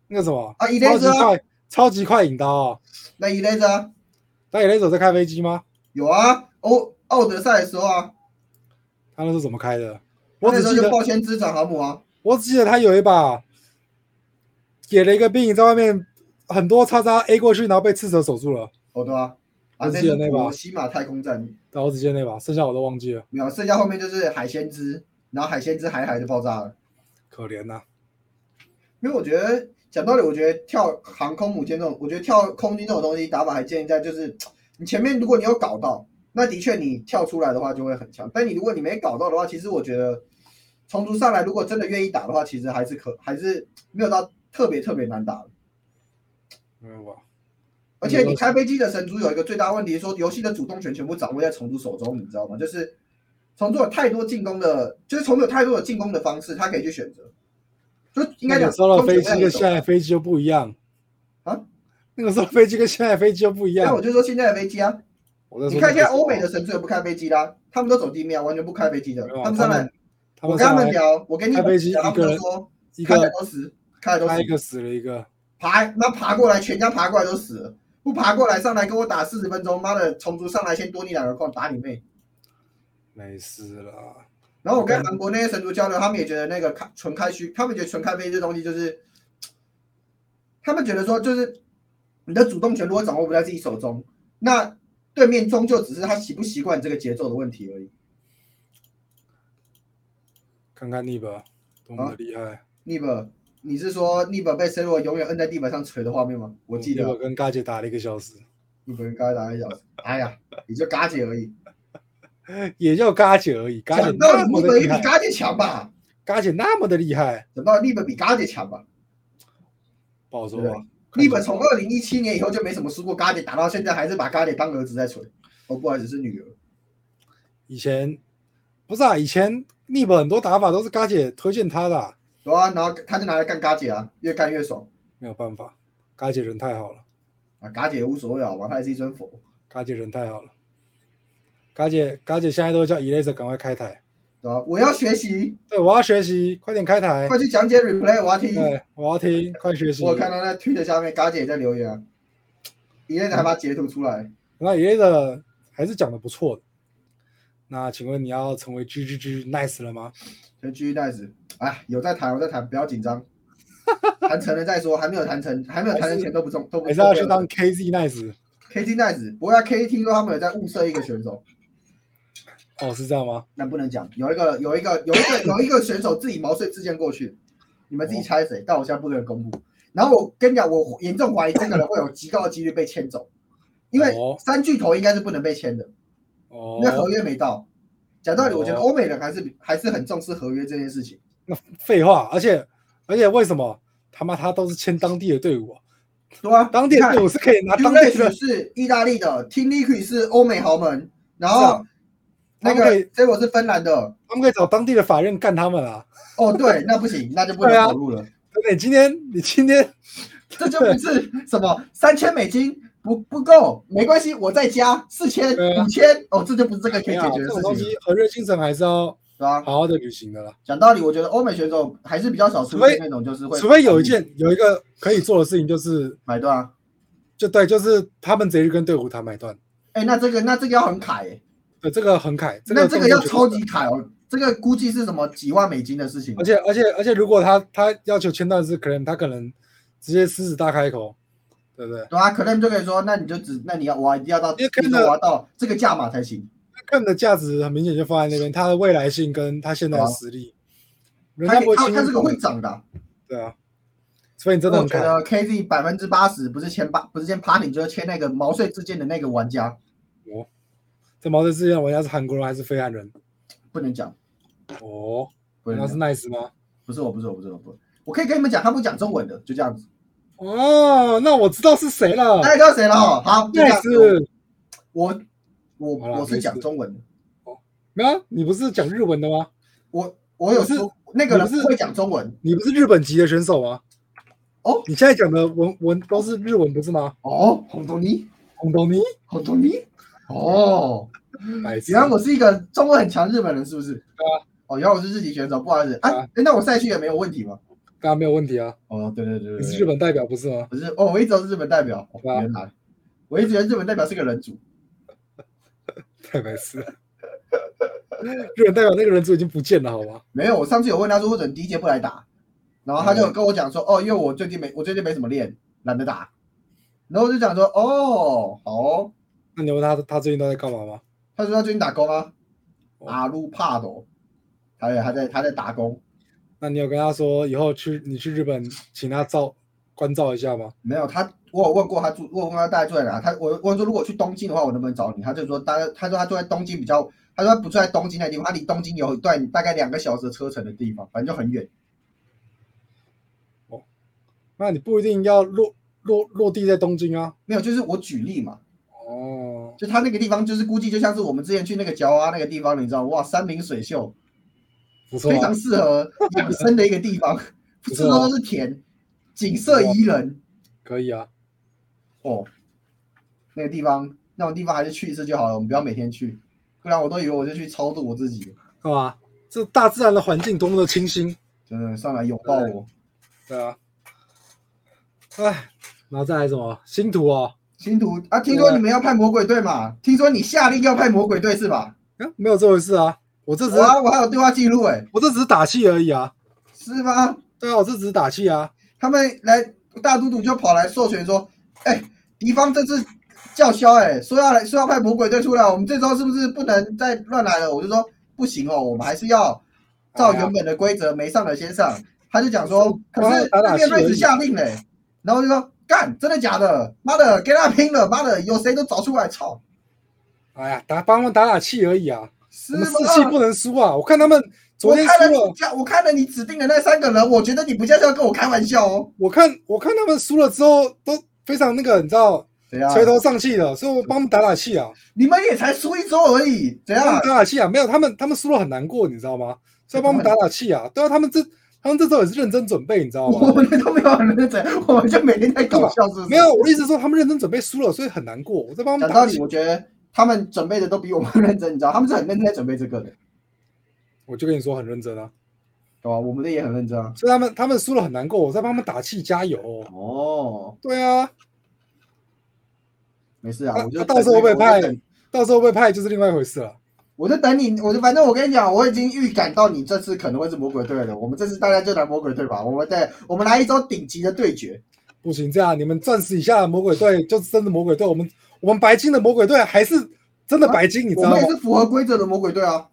S1: 那个什么
S2: 啊，伊雷
S1: 超级
S2: 泽啊，
S1: 快超级快引刀哦，
S2: 那伊雷泽啊，
S1: 那 e l a 在开飞机吗？
S2: 有啊，欧奥德赛的时候啊，
S1: 他那时候怎么开的？我
S2: 那
S1: 只
S2: 时候
S1: 记
S2: 就
S1: 得
S2: 抱歉资产航母啊，
S1: 我只记得他有一把解了一个兵，在外面很多叉叉 A 过去，然后被刺蛇守住了。
S2: 哦对啊，啊
S1: 我
S2: 那
S1: 记得
S2: 是
S1: 那把
S2: 我西马太空站
S1: 但我只记得那把，剩下我都忘记了，
S2: 没有，剩下后面就是海鲜汁，然后海鲜汁海海就爆炸了。
S1: 可怜呐、
S2: 因为我觉得讲道理，我觉得跳航空母舰这种，我觉得跳空军这种东西打法还建议在就是你前面如果你有搞到，那的确你跳出来的话就会很强。但你如果你没搞到的话，其实我觉得从头上来，如果真的愿意打的话，其实还是可还是没有到特别特别难打的。
S1: 没有吧？
S2: 而
S1: 嗯
S2: 且你开飞机的神族有一个最大问题，说游戏的主动权全部掌握在虫族手中，你知道吗？就是虫族有太多进攻的，就是虫族有太多的进攻的方式，他可以去选择。就应该
S1: 那
S2: 讲
S1: 个时候的飞机
S2: 虫
S1: 跟
S2: 族有太多
S1: 现在的飞机就不一样
S2: 啊。
S1: 那个时候飞机跟现在的飞机就不一
S2: 那
S1: 样
S2: 我。就说现在的飞机啊，
S1: 我在说
S2: 你看
S1: 那个
S2: 现在
S1: 时候
S2: 欧美的神族也不开飞机啦、他们都走地面啊，完全不开飞机的
S1: 啊没有。啊
S2: 他们上
S1: 他
S2: 来，
S1: 他
S2: 我
S1: 们
S2: 跟他
S1: 上
S2: 们
S1: 来
S2: 聊，我跟你
S1: 开飞机
S2: 讲，他
S1: 一
S2: 们
S1: 个
S2: 就说
S1: 一
S2: 开的
S1: 个
S2: 都死，开的都
S1: 他
S2: 死
S1: 一，个死了一个，
S2: 爬那爬过来，全家爬过来都死了，不爬过来上来跟我打四十分钟，妈的虫族上来先多你两个矿打你妹。
S1: 没事啦。
S2: 然后我跟韩国那些神族交流，他们也觉得那个开纯开虚，他们觉得纯开飞这东西就是，他们觉得说就是你的主动权如果掌握不在自己手中，那对面终究只是他习不习惯这个节奏的问题而已。
S1: 看看你吧，多么的厉害！
S2: n i b 你是说 n i b 被 C 罗永远摁在地板上捶的画面吗？我记得
S1: 我跟嘎姐打了一个小时，
S2: n i b 刚才打一小时，哎呀，也就嘎姐而已。
S1: 也就嘎姐而已。嘎姐
S2: 讲道理
S1: 那么
S2: n
S1: 的
S2: i
S1: 厉
S2: 比
S1: 害，
S2: 嘎姐强吧？
S1: 嘎姐那么的厉害，
S2: 讲道理 n i 比嘎姐强吧？
S1: 不好说
S2: 对
S1: 吧？
S2: 日本从二零一七年以后就没什么输过咖喱，打到现在还是把咖喱当儿子在锤。哦，不好意思，是女儿。
S1: 以前不是啊，以前 n 本很多打法都是嘎姐推荐他的啊、
S2: 对啊，然后他就拿来干咖姐啊，越干越爽
S1: 没有办法，嘎姐人太好了，
S2: 啊。咖姐无所谓好吧，他也是一尊佛。
S1: 嘎姐人太好了。嘎姐，嘎姐现在都叫 Eraser 赶快开台。
S2: 对吧、我要学习，
S1: 对，我要学习，快点开台。
S2: 快去讲解 replay，我要听。
S1: 对，我要听，快学习
S2: 我。有看到在推特下面咖姐也在留言啊，一
S1: 嗯
S2: 人还把截图出来。
S1: 那 Eraser 还是讲的不错的。那请问你要成为 G G G Nice 了吗？
S2: 就继续 nice，哎，有在谈，有在谈，不要
S1: *laughs*
S2: 紧张。谈成了再说，还没有谈成，还没有谈成前都不重，都不
S1: 还是要去
S2: 都不要
S1: 当 K Z Nice？
S2: KT nice。不过要 KT 说他们有在物色一个选手，
S1: 哦，是这样吗？
S2: 那不能讲。有一个有一个有
S1: *laughs*
S2: 一个有一个选手自己毛遂自荐过去，你们自己猜谁？但我现在不能公布。然后我跟你讲，我严重怀疑这个人会有极高的几率被签走，因为
S1: 哦
S2: 三巨头应该是不能被签的，
S1: 哦
S2: 因为，合约没到。讲道理，
S1: 哦
S2: 我觉得欧美人还是比还是很重视合约这件事情。
S1: 废话，而且而且为什么他妈他都是签当地的队伍啊、
S2: 对啊，
S1: 当地的队伍是可以拿
S2: u
S1: 当
S2: n a
S1: 地
S2: s
S1: 的，
S2: 是意大利的 t i n i k i 是欧美豪门，然
S1: 是
S2: 后
S1: 啊
S2: 那
S1: 他们可以
S2: 个 z e r o 是芬兰的。
S1: 他们可以找当地的法院干他们啊！
S2: 哦，对，那不行，那就不
S1: 对啊
S2: 能投入了。
S1: 对不对，今天你今天
S2: 这就不是什么三千美金不不够，没关系，我再加四千、
S1: 对啊
S2: 五千，哦，这就不是这个可
S1: 没
S2: 以
S1: 有
S2: 解
S1: 啊
S2: 决
S1: 这
S2: 的
S1: 种
S2: 事
S1: 东
S2: 情了，
S1: 西，合约精神还是要
S2: 对吧？
S1: 好好的履行的啦。
S2: 讲道理，我觉得欧美选手还是比较少出
S1: 除非
S2: 现那种就是会，
S1: 除非有一件有一个可以做的事情，就是
S2: 买断啊。
S1: 就对，就是他们直接去跟队伍谈买断。
S2: 哎，那这个那这个要很卡哎，
S1: 对，这个很凯，这
S2: 那
S1: 个
S2: 这
S1: 动
S2: 个
S1: 作
S2: 要
S1: 绝对
S2: 超
S1: 是
S2: 级卡哦，这个估计是什么几万美金的事情
S1: 而。且而且而且，如果他他要求签到是可能他可能直接狮子大开口，对不对？
S2: 对啊，可能就可以说，那你就只那你要我一定要到，
S1: 因为看
S2: 你说
S1: 着
S2: 我要到这个价码才行。
S1: 他们的价值很明显就放在那边，他的未来性跟他现在的
S2: 对啊
S1: 实力，人
S2: 他
S1: 家
S2: 给
S1: 不会
S2: 他
S1: 轻易
S2: 他这个
S1: 动
S2: 会
S1: 的
S2: 涨的啊，
S1: 对啊，除非你真的
S2: 我
S1: 很
S2: 觉
S1: 凯，
S2: 得 KZ 百分之八十不是签八不是签 party 就是签那个毛遂自荐的那个玩家，
S1: 这毛遂自荐的玩家是韩国人还是非韩人？
S2: 不能讲，
S1: 哦，
S2: 不能
S1: 那是
S2: 讲
S1: nice 吗？
S2: 不是我，不是我，不是我，不是我，我可以跟你们讲，他不讲中文的，就这样子。
S1: 哦，那我知道是谁了
S2: 大家知道谁了哦？好，就这样子。
S1: ，nice。
S2: 我我
S1: 好啦
S2: 我是讲中文的，
S1: 没有啊，你不是讲日文的吗？
S2: 我我有
S1: 你是
S2: 说那个人
S1: 你不是
S2: 不会讲中文
S1: 你不是日本籍的选手吗？
S2: 哦，
S1: 你现在讲的文文都是日文不是吗？
S2: 哦，红豆泥，
S1: 红豆泥，
S2: 红豆泥，哦，
S1: 白痴
S2: 原来我是一啊个中文很强日本人，是不是？
S1: 对
S2: 哦，原来我是日籍选手，不好意思。啊
S1: 对啊
S2: 诶那我赛区也没有问题吗？
S1: 当然没有问题啊。
S2: 哦，对对对对，
S1: 你是
S2: 对
S1: 日，本代表不是吗？
S2: 我是哦，我一直都是日本代表，哦
S1: 对啊
S2: 原来我一直以为日本代表是个人组，
S1: 太白痴 *laughs* 了。日本代表那个人组已经不见了，好吗？
S2: 没有，我上次有问他说为什么第一节不来打，然后他就有跟我讲说，哦，因为我最近没我最近没什么练，懒得打，然后我就讲说，哦，好哦
S1: 那你问他他最近都在干嘛吗？
S2: 他说他最近打工啊，
S1: 哦
S2: 阿鲁帕斗，他在他在他在打工，
S1: 那你有跟他说以后去你去日本请他照关照一下吗？
S2: 没有他，我有问过他住，我有问他大概住在哪，他我我说如果去东京的话，我能不能找你？他就说大概他说他住在东京比较，他说他不住在东京那地方，他离东京有一段大概两个小时的车程的地方，反正就很远。
S1: 那你不一定要落落落地在东京啊。
S2: 没有，就是我举例嘛，
S1: 哦，
S2: 就他那个地方，就是估计就像是我们之前去那个礁啊那个地方，你知道，哇，山明水秀，
S1: 不错
S2: 非
S1: 啊
S2: 常，适合养生的一个
S1: *laughs*
S2: 地方，
S1: 不
S2: 四
S1: 错
S2: 周
S1: 啊
S2: 都是田，景色宜人
S1: 可以啊。
S2: 哦。那个地方，那种地方还是去一次就好了，我们不要每天去，不然我都以为我是去超度我自己了，
S1: 干嘛？这大自然的环境多么的清新，
S2: 真的上来拥抱我。
S1: 对啊。哎，然后再来什么星途哦？
S2: 星途啊，听说你们要派魔鬼队嘛？听说你下令要派魔鬼队是吧？
S1: 嗯，没有这回事啊。我这只是、
S2: 哇，我还有对话记录哎，
S1: 我这只是打气而已啊。
S2: 是吗？
S1: 对啊，我这只是打气啊。
S2: 他们来大都督就跑来授权说，哎、敌方这次叫嚣哎，说要来说要派魔鬼队出来，我们这周是不是不能再乱来了？我就说不行哦，我们还是要照原本的规
S1: 哎
S2: 则，没上的先上。他就讲说，可是那边瑞子下令嘞，然后就说干，真的假的？妈的，跟他拼了！妈的，有谁都找出来吵，
S1: 哎呀，打帮他们打打气而已啊。
S2: 是
S1: 我
S2: 吗
S1: 们？士气不能输啊！我看他们昨天
S2: 我看
S1: 输
S2: 了
S1: 了
S2: 你，家，我看了你指定的那三个人，我觉得你不像是要跟我开玩笑哦。
S1: 我看我看他们输了之后都非常那个，你知道，
S2: 怎样
S1: 垂头丧气的，所以我帮他们打打气啊，
S2: 你们也才输一周而已，怎
S1: 帮他
S2: 样
S1: 们？打打气啊。没有他们，他们输了很难过，你知道吗？所以帮他们打打气啊。对啊，他们这他们这周也是认真准备，你知道吗？
S2: 我们都没有很认真，我们就每天在搞笑，是不是？
S1: 没有，我的意思是说他们认真准备输了，所以很难过。我在帮他们
S2: 讲道
S1: 打
S2: 理，
S1: 气，
S2: 我觉得他们准备的都比我们认真，你知道，他们是很认真在准备这个的，
S1: 我就跟你说很认真啊。
S2: 对吧？我们的也很认真啊。
S1: 所以他们他们输了很难过，我在帮他们打气加油。
S2: 哦，
S1: 对啊，
S2: 没事啊，
S1: 啊
S2: 我就
S1: 啊
S2: 等
S1: 到时候被派
S2: 我就等
S1: 到时候被派就是另外一回事了。
S2: 我就等你，我就反正我跟你讲，我已经预感到你这次可能会是魔鬼队了。我们这次大家就来魔鬼队吧，我们对，我们来一周顶级的对决。
S1: 不行，这样你们钻石以下的魔鬼队就是真的魔鬼队，我们我们白金的魔鬼队还是真的白金，你知
S2: 我
S1: 道吗哎
S2: 们也？是符合规则的魔鬼队啊！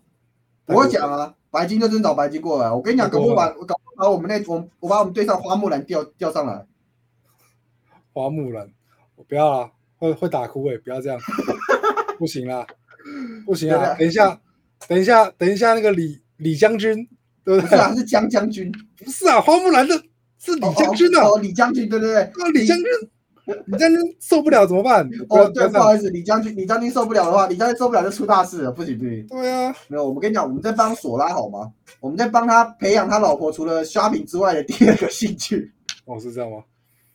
S2: 我讲啊，白金就真找白金过来。我跟你讲，搞不好把搞不好把我们那我们我把我们队上花木兰调调上来，
S1: 花木兰，我不要了，会会打枯萎，不要这
S2: *laughs*
S1: 样，不行啦，不行
S2: 对
S1: 啊！
S2: 的
S1: 等一下，等一下，等一下，那个李李将军，对
S2: 不
S1: 不
S2: 是
S1: 对？ *laughs*
S2: 啊，是江将军，
S1: 不是啊，花木兰的是李将军啊
S2: 哦，哦李将军，对对对，
S1: 那李将军，李将军受不了怎么办？不要
S2: 哦
S1: 不要
S2: 对，
S1: 这
S2: 不
S1: 样，
S2: 好意思，李将军，李将军受不了的话，李将军受不了就出大事了，不行不行，
S1: 对啊，
S2: 没有，我们跟你讲，我们在帮索拉好吗？我们在帮他培养他老婆除了 shopping 之外的第二个兴趣。
S1: 哦是这样吗？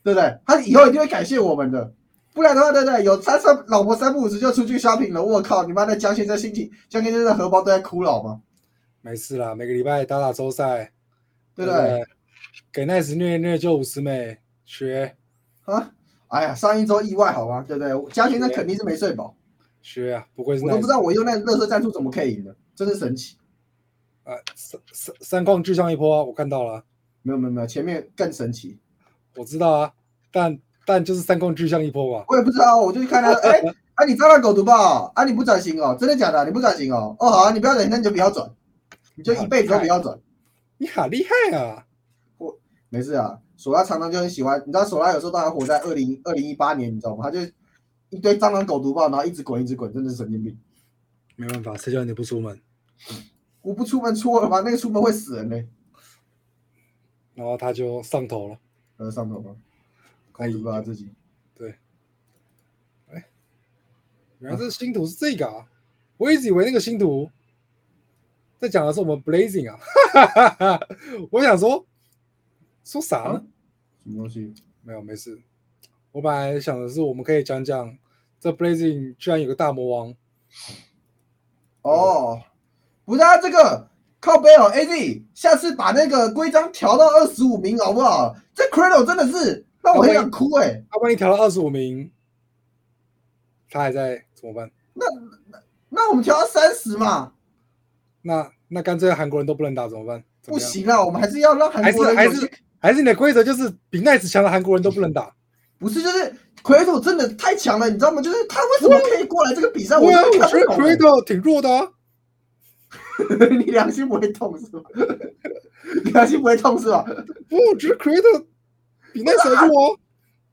S2: 对不对？他以后一定会感谢我们的，不然的话，对不对？有三三老婆三不五时就出去 shopping 了，我靠，你妈的江先生心情，江先生的荷包都在哭了好吗？
S1: 没事啦，每个礼拜打打周赛，
S2: 对
S1: 对
S2: 不
S1: 不
S2: 对？
S1: 对？给 nice 虐一虐就五十美学
S2: 啊，哎呀，上一周意外好吗？对不对？江先生肯定是没睡饱，
S1: 学啊，不愧是
S2: 我都
S1: nice
S2: 不知道我用那乐色战术怎么可以赢的，真是神奇。
S1: 啊，三三三矿巨上一波啊、我看到了啊，
S2: 没有没有没有，前面更神奇，
S1: 我知道啊，但但就是三矿巨上一波嘛，
S2: 我也不知道，我就去看他，哎。啊，你照那狗读报啊？你不转型哦？真的假的？你不转型哦？哦，好啊，你不要转，那你就不要转，你就一辈子都不要转。
S1: 你好厉害啊！
S2: 没事啊，索拉常常就很喜欢，你知道索拉有时候都还活在二零二零一八年，你知道吗？他就一堆蟑螂狗毒爆，然后一直滚一直滚，真的是神经病。
S1: 没办法，谁叫你不出门？
S2: 我不出门错了吗？那个出门会死人嘞、
S1: 然后他就上头了，
S2: 呃，上头吗？
S1: 哎
S2: 狗毒爆他自己。
S1: 原来这星图是这个啊，我一直以为那个星图在讲的是我们 blazing 啊， *laughs* 哈哈哈，我想说说啥呢？
S2: 啊什么东西？
S1: 没有，没事。我本来想的是，我们可以讲讲这 Blazing 居然有个大魔王，
S2: 哦，不是啊，这个靠背哦，AZ，下次把那个规章调到二十五名好不好？这 Credo 真的是让我很想哭哎、
S1: 他万一调到二十五名，他还在怎么办？
S2: 那我们调到三十嘛，
S1: 那那干脆韩国人都不能打怎么办？怎
S2: 不
S1: 么样，
S2: 行啊啦，我们还是要让韩
S1: 还
S2: 国
S1: 是
S2: 人
S1: 还
S2: 有些
S1: 是还是你的规则就是比 Nice 强的韩国人都不能
S2: *laughs*
S1: 打。
S2: 不是就是 Credo 真的太强了，你知道吗？就是他为什么可以过来这个比赛，我
S1: 对啊，
S2: 真
S1: 我
S2: 的
S1: 觉得
S2: 看不懂欸。
S1: Credo 挺弱的啊。
S2: *laughs* 你良心不会痛是吧？ *laughs* 你良心不会痛是吧？
S1: 不，我觉得 Credo 比 Nice 还弱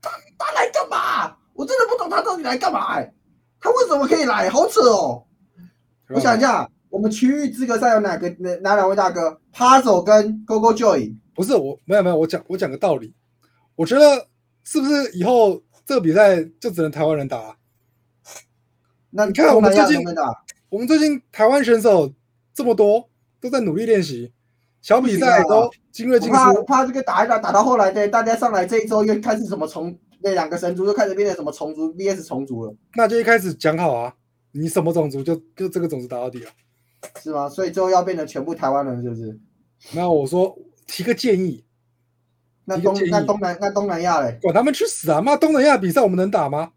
S1: 啊。
S2: 他来干嘛？我真的不懂他到底来干嘛、欸？他为什么可以来？好扯哦！
S1: 啊
S2: 我想一下，我们区域资格赛有哪个哪哪两位大哥？Puzzle 跟 GoGo Joy。
S1: 不是我，没有没有，我讲我讲个道理，我觉得是不是以后这个比赛就只能台湾人打、啊？
S2: 那
S1: 你看我们
S2: 东南亚
S1: 最近
S2: 能不能打
S1: 我们最近台湾选手这么多，都在努力练习，小比赛
S2: 不行啊
S1: 都精锐
S2: 我
S1: 尽
S2: 怕我
S1: 出。
S2: 怕这个打一打打到后来的，大家上来这一周又开始什么重那两个神族又开始变成什么重族 VS 重族了，
S1: 那就一开始讲好啊，你什么种族就就这个种族打到底啊。
S2: 是吗？所以最后要变成全部台湾人是不是？
S1: 那我说提个建议，
S2: 那
S1: 一个
S2: 东
S1: 建议
S2: 那东南那东南亚嘞，
S1: 管他们去死啊！妈，东南亚比赛我们能打吗？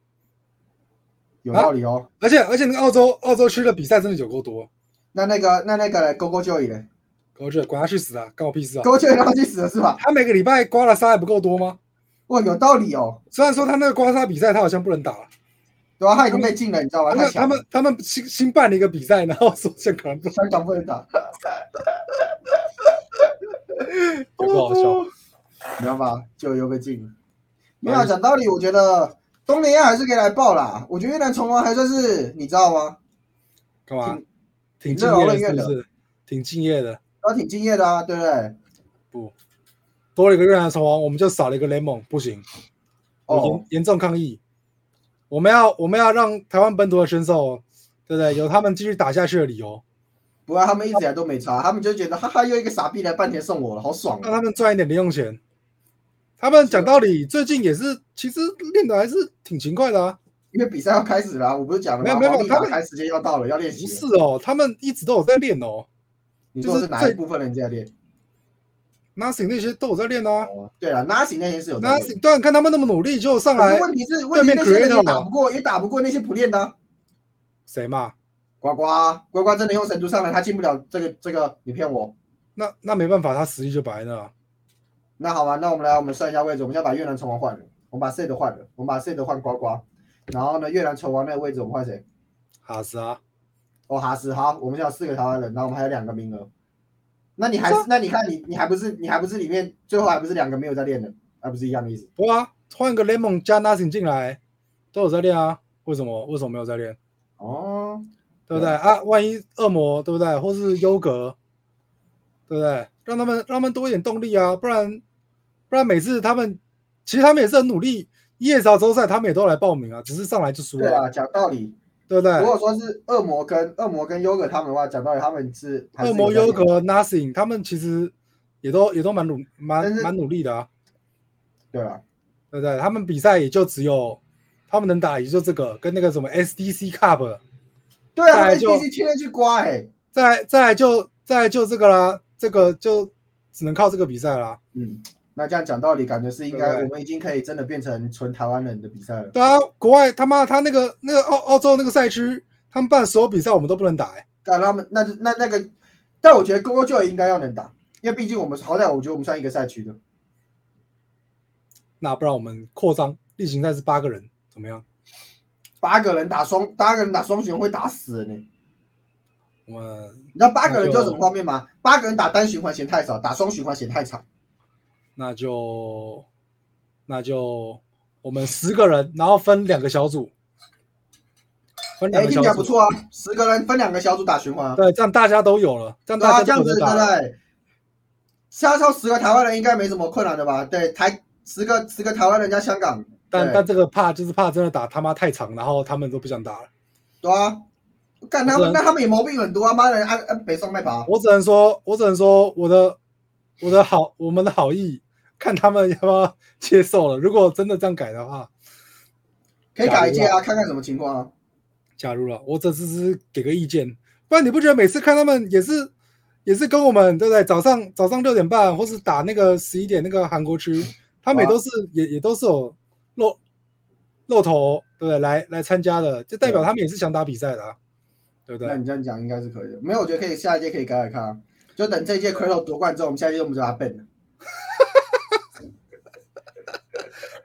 S2: 有
S1: 啊
S2: 道理哦。
S1: 而且而且那个澳洲澳洲区的比赛真的有够多，
S2: 那那个那那个嘞，GoGo Joy 嘞
S1: 我觉得管他去死啊，干我屁事啊！
S2: ，GoGo Joy 让他去死了是吧？
S1: 他每个礼拜刮了痧还不够多吗？
S2: 哇，有道理哦。
S1: 虽然说他那个刮痧比赛他好像不能打了。
S2: 对啊，他已经被禁了，你知道吗？
S1: 他们他
S2: 太强了，
S1: 们他们新新办了一个比赛，然后说香港人不
S2: 香港不能打，
S1: 不好
S2: 哦
S1: 笑。
S2: 你知道吗？就又被禁了。
S1: 那
S2: 没有啊
S1: 你
S2: 讲道理，我觉得东南亚还是可以来报啦。我觉得越南虫王还算是，你知道吗？
S1: 干嘛？挺
S2: 啊挺
S1: 敬
S2: 热
S1: 业
S2: 闹
S1: 的，
S2: 的
S1: 是不是？挺敬业的。
S2: 然后挺敬业的啊，对不对？
S1: 多了一个越南虫王，我们就少了一个联盟，不行，我
S2: 哦
S1: 严，严重抗议。我们要我们要让台湾本土的选手，对不对？有他们继续打下去的理由，
S2: 不过他们一直以来都没差，他们就觉得哈哈，又一个傻逼来半天送我了，好爽
S1: 让
S2: 啊！
S1: 他们赚一点零用钱。他们讲道理，最近也是，其实练的还是挺勤快的啊。
S2: 因为比赛要开始啦，我不是讲了
S1: 没有
S2: 吗？
S1: 没有
S2: 皇帝
S1: 他
S2: 打
S1: 们
S2: 开时间要到了，要练习
S1: 不
S2: 了。
S1: 是哦，他们一直都有在练哦
S2: 你说的
S1: 就
S2: 是
S1: 是
S2: 哪一
S1: 最
S2: 部分人在练？
S1: ，Nothing 那些都有在练啊。
S2: 哦，对了，Nothing 那些是有在练
S1: Nothing，对啊，你看他们那么努力，就上
S2: 可
S1: 来
S2: 是问题是，问题是那些人也打不过，也打不过那些不练的啊。
S1: 谁嘛？
S2: 呱呱呱呱真的用神族上来，他进不了这个这个，你骗我。
S1: 那那没办法，他实力就摆在那啊。
S2: 那好吧，那我们来我们算一下位置，我们要把越南虫王换了，我们把 Sed 换了，我们把 Sed 换呱呱，然后呢越南虫王那个位置我们换谁？
S1: 哈斯啊，
S2: 哦哈斯，好，我们现在有四个台湾人，然后我们还有两个名额。那你还
S1: 啊
S2: 是那你看你你还不是你还不是里面最后还不是两个没有在练的，还不是一样的意思？
S1: 不啊，换一个 Lemon 加 Nothing 进来，都有在练啊。为什么？为什么没有在练？
S2: 哦，
S1: 对不对啊？万一恶魔对不对，或是优格，对不对？让他们让他们多一点动力啊，不然不然每次他们其实他们也是很努力，夜潮周赛他们也都来报名啊，只是上来就输
S2: 对
S1: 了啊，
S2: 啊，讲道理，
S1: 对不对
S2: 如？果说是恶魔跟恶魔跟优格他们的话，讲道理他们是还是
S1: 恶魔
S2: 有在
S1: 优
S2: 练
S1: 格 Nothing 他们其实也都也都蛮努蛮
S2: 但是
S1: 蛮努力的啊，
S2: 对啊吧？
S1: 对不对？他们比赛也就只有他们能打，也就这个跟那个什么 SDC Cup。
S2: 对
S1: 再
S2: 啊，他
S1: 来
S2: 们
S1: 哎就
S2: 必须天天去刮哎、
S1: 再再来就再来就这个啦，这个就只能靠这个比赛啦。
S2: 嗯，那这样讲道理，感觉是应
S1: 对
S2: 该我们已经可以真的变成纯台湾人的比赛了。
S1: 对啊，国外他妈他那个那个澳澳洲那个赛区，他们办所有比赛我们都不能打、欸，
S2: 但他们那就那那个，但我觉得 GoGo 就应该要能打，因为毕竟我们好歹我觉得我们算一个赛区的，
S1: 那不然我们扩张例行赛是八个人，怎么样？
S2: 八个人打双八个人打双巡会打死人呢、
S1: 我们
S2: 你知道八个人
S1: 那
S2: 就
S1: 就
S2: 什么画面吗？八个人打单循环嫌太少，打双循环嫌太长。
S1: 那就那就我们十个人，然后分两个小组，分
S2: 哎、
S1: 两个
S2: 听起来
S1: 小
S2: 不
S1: 组，
S2: 错啊，十个人分两个小组打循环啊。
S1: 对，这样大家都有了，这样
S2: 对啊，
S1: 大
S2: 这
S1: 家
S2: 样
S1: 都有
S2: 子对不
S1: 打。
S2: 对？下超十个台湾人应该没什么困难的吧？对，台十个十个台湾人加香港，
S1: 但
S2: 对
S1: 但这个怕就是怕真的打他妈太长，然后他们都不想打了。
S2: 对啊，干他
S1: 不
S2: 们
S1: 是
S2: 那他们也毛病很多啊，妈的，按按北宋卖拔，
S1: 我只能说，我只能说我的我的好，我们的好意，看他们要不要接受了。如果真的这样改的话，
S2: 可以改一届啊，看看什么情况啊。
S1: 假如了，我只是只是给个意见，不然你不觉得每次看他们也是也是跟我们对不对？早上早上六点半，或是打那个十一点那个韩国区，他们也都是也也都是有露露头，对不对？来来参加的，就代表他们也是想打比赛的、啊，对不
S2: 那
S1: 对？
S2: 你这样讲应该是可以的。没有，我觉得可以下一届可以改改看啊，就等这一届 c r a d o 夺冠之后，我们下一届我们就把它 ban 了。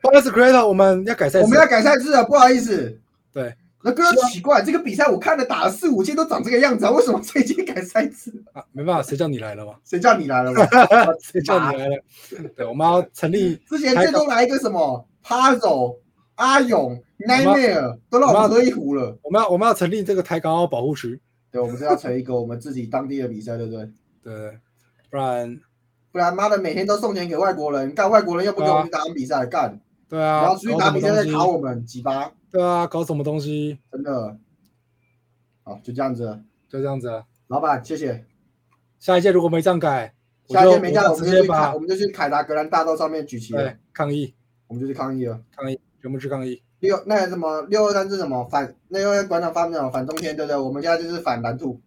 S1: 不好意思 c r a t o 我们要改赛制，
S2: 我们要改赛制了，啊不好意思。
S1: 对，
S2: 那哥奇怪，这个比赛我看了打了四五届都长这个样子啊，为什么这一届改赛制？ *laughs*
S1: 啊，没办法，谁叫你来了嘛？
S2: 谁叫你
S1: *laughs*
S2: 来了嘛？
S1: 谁叫你来了？对，我们要成立
S2: 之前最多来一个什么 Puzzle、阿勇、Nightmare，都让我们喝一壶了。
S1: 我们要我们要成立这个台港澳保护区，
S2: 对，我们是要成一个我们自己当地的比赛，对不对？
S1: 对，不然
S2: 不然妈的每天都送钱给外国人，干外国人又不跟我们打比赛，干，
S1: 对
S2: 然
S1: 啊，
S2: 后出去打比赛再
S1: 搞什么
S2: 卡
S1: 东西
S2: 我们几巴，
S1: 对啊，搞什么东西
S2: 真的。好，就这样子了，
S1: 就这样子啊。
S2: 老板，谢谢。
S1: 下一届如果没这样改，我
S2: 下一
S1: 就
S2: 届没干，我
S1: 我就
S2: 们
S1: 直
S2: 就
S1: 接
S2: 去凯，
S1: 把
S2: 我们就去凯达格兰大道上面举旗了
S1: 对，抗议
S2: 我们就去抗议了。
S1: 抗议，全部去抗议。
S2: 六那个什么六二三是什么反？那六二三馆长发明什么反中天，对不对？我们现在就是反蓝兔。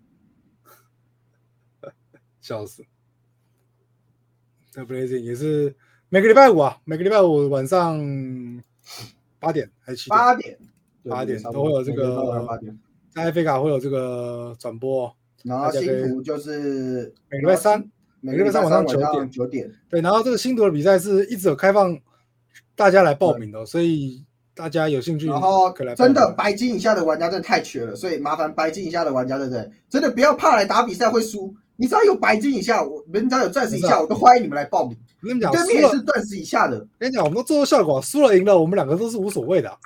S1: 笑死。The Blazing 也是每个礼拜五啊，每个礼拜五晚上八点还是七点，
S2: 八点，
S1: 八点
S2: 对
S1: 都会有这个
S2: 每天晚上八点。
S1: 在菲卡会有这个转播哦。
S2: 然后新图就是
S1: 每个礼拜三，
S2: 每个礼拜三
S1: 每个礼拜三晚上
S2: 九点。
S1: 对，然后这个新图的比赛是一直有开放大家来报名的哦，所以大家有兴趣
S2: 然后
S1: 可以来报
S2: 真
S1: 名。
S2: 的白金以下的玩家真的太缺了，所以麻烦白金以下的玩家，对不对？真的不要怕来打比赛会输，你只要有白金以下，我你只要有钻石以
S1: 没
S2: 下，
S1: 错
S2: 我都欢迎你们来报名。
S1: 我跟你讲，
S2: 对
S1: 啊输
S2: 面也
S1: 了
S2: 是钻石以下的，
S1: 跟你讲，我们都做出效果，输了赢了，我们两个都是无所谓的啊、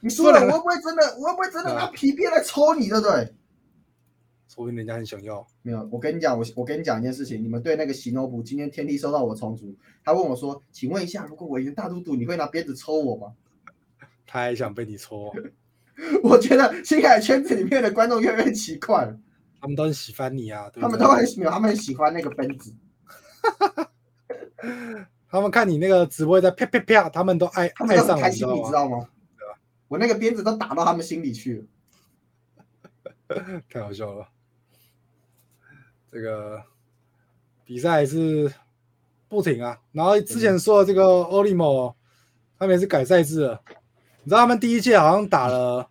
S2: 你输了，
S1: 输了啊
S2: 我会不会真的，我会不会真的拿皮鞭来抽你，对不对？
S1: 说不定人家很想要。
S2: 没有，我跟你讲，我我跟你讲一件事情，你们对那个喜诺普今天天地收到我重组，他问我说，请问一下，如果我赢大都督，你会拿鞭子抽我吗？ *laughs*
S1: 他还想被你戳，
S2: 我觉得新海圈子里面的观众越来越奇怪了，
S1: 他们都很喜欢你啊，对不对
S2: 他们都很喜没有，他们很喜欢那个鞭子，
S1: 他们看你那个直播在啪啪啪，他们都爱
S2: 他
S1: 爱
S2: 们都很
S1: 上了，
S2: 开
S1: 你知
S2: 心，
S1: 道
S2: 你知
S1: 吗？
S2: 道吗？我那个鞭子都打到他们心里去了。
S1: 太好笑了。这个比赛是不停啊，然后之前说的这个 Olimo，他们也是改赛制了，你知道他们第一届好像打了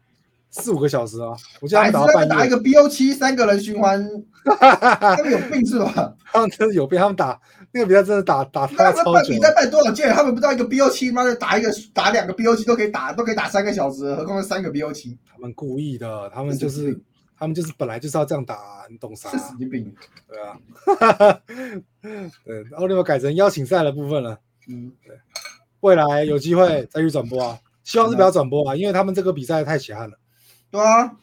S1: 四五个小时啊，我记得他
S2: 还
S1: 们打
S2: 是他
S1: 到
S2: 们打
S1: 半
S2: 一
S1: 夜，
S2: 个 BO 七三个人循环，
S1: *laughs*
S2: 他们有病是吧？
S1: 他们真的有被他们打那个比赛真的打打
S2: 他
S1: 他
S2: 们
S1: 超
S2: 办
S1: 久
S2: 比，赛办多少届了？他们不知道一个 BO 七，妈的打一个打两个 BO 七都可以打，都可以打三个小时了，何况是三个 BO 七，
S1: 他们故意的，他们
S2: 这
S1: 就是是他们就是本来就是要这样打，你懂啥
S2: 是？神经病。
S1: 对啊， *laughs* 哈哈，对，奥利弗改成邀请赛的部分了，
S2: 嗯，
S1: 未来有机会再去转播啊，希望是不要转
S2: 嗯
S1: 播啊，因为他们这个比赛太血汗了。
S2: 对啊。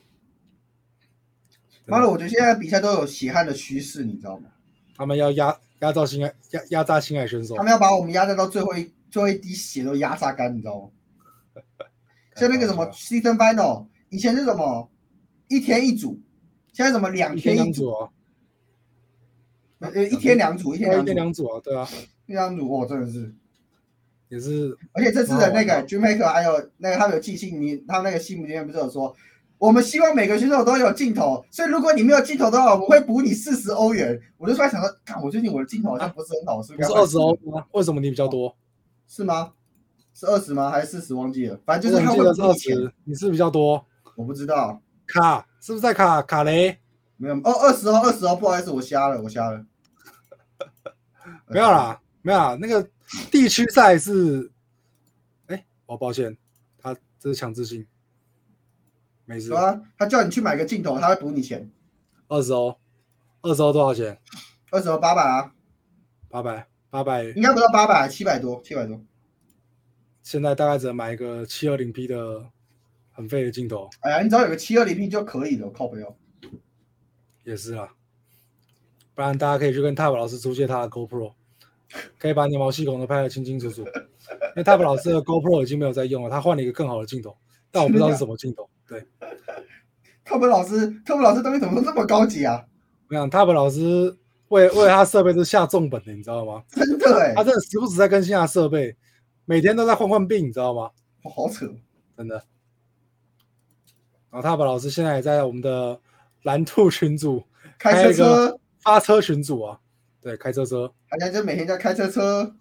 S2: 妈的，我觉得现在比赛都有血汗的趋势，你知道吗？
S1: 他们要压压榨新爱压压榨新爱选手
S2: 他，们要把我们压榨到最后一最后一滴血都压榨干，你知道 *laughs* 吗？像那个什么 season final，以前是什么一天一组，现在什么两
S1: 一天两
S2: 一组，
S1: 组哦，
S2: 呃，一天两组，一天
S1: 对啊
S2: 两
S1: 一
S2: 组
S1: 天，两组啊，对啊，
S2: 一天两组，哦哇，真的是。
S1: 也是
S2: 而且这次的
S1: 蛮好
S2: 那
S1: 玩
S2: 个 d r e a m a k e 还有那个他们有寄信，你他们那个信里面不是有说，我们希望每个选手都有镜头，所以如果你没有镜头的话，我们会补你四十欧元。我就突然想到，看我最近我的镜头好像不是很好，是不
S1: 啊不是
S2: 哦是该换
S1: 二十欧吗？为什么你比较多？
S2: 是吗？是二十吗？还是四十？忘记了，反正就
S1: 我
S2: 是他
S1: 记
S2: 会
S1: 得
S2: 补
S1: 二
S2: 你钱，
S1: 十，你是比较多
S2: 我不知道，
S1: 卡，是不是在卡卡雷？
S2: 没有哦，二十哦，二十哦，不好意思，我瞎了，我瞎了，
S1: 没有啦，没有啦，那个地区赛是，哎，我抱歉，他这是强制性，没事
S2: 对。啊，他叫你去买个镜头，他会补你钱，
S1: 二十欧，二十欧多少钱？
S2: 二十哦，八百啊，
S1: 八百，八百，
S2: 应该不到八百，七百多，七百多。
S1: 现在大概只能买一个七二零 P 的很废的镜头，
S2: 哎呀，你只要有个七二零 P 就可以了，靠哦朋友。
S1: 也是啊。不然大家可以去跟 Tab 老师租借他的 GoPro，可以把你毛细孔都拍得清清楚楚。因为 Tab 老师的 GoPro 已经没有在用了，他换了一个更好的镜头，但我不知道是什么镜头。对，
S2: 特本老师，特本老师东西怎么都这么高级啊？
S1: 我想 Tab 老师为为了他设备是下重本的，你知道吗？
S2: 真的哎、
S1: 他真的时不时在更新他的设备，每天都在换换病，你知道吗？
S2: 我哦好扯。
S1: 真的。然后他把老师现在也在我们的蓝兔群组
S2: 开车
S1: 开一个
S2: 车，
S1: 趴车群组啊，对，开车车，
S2: 好像就每天在开车车。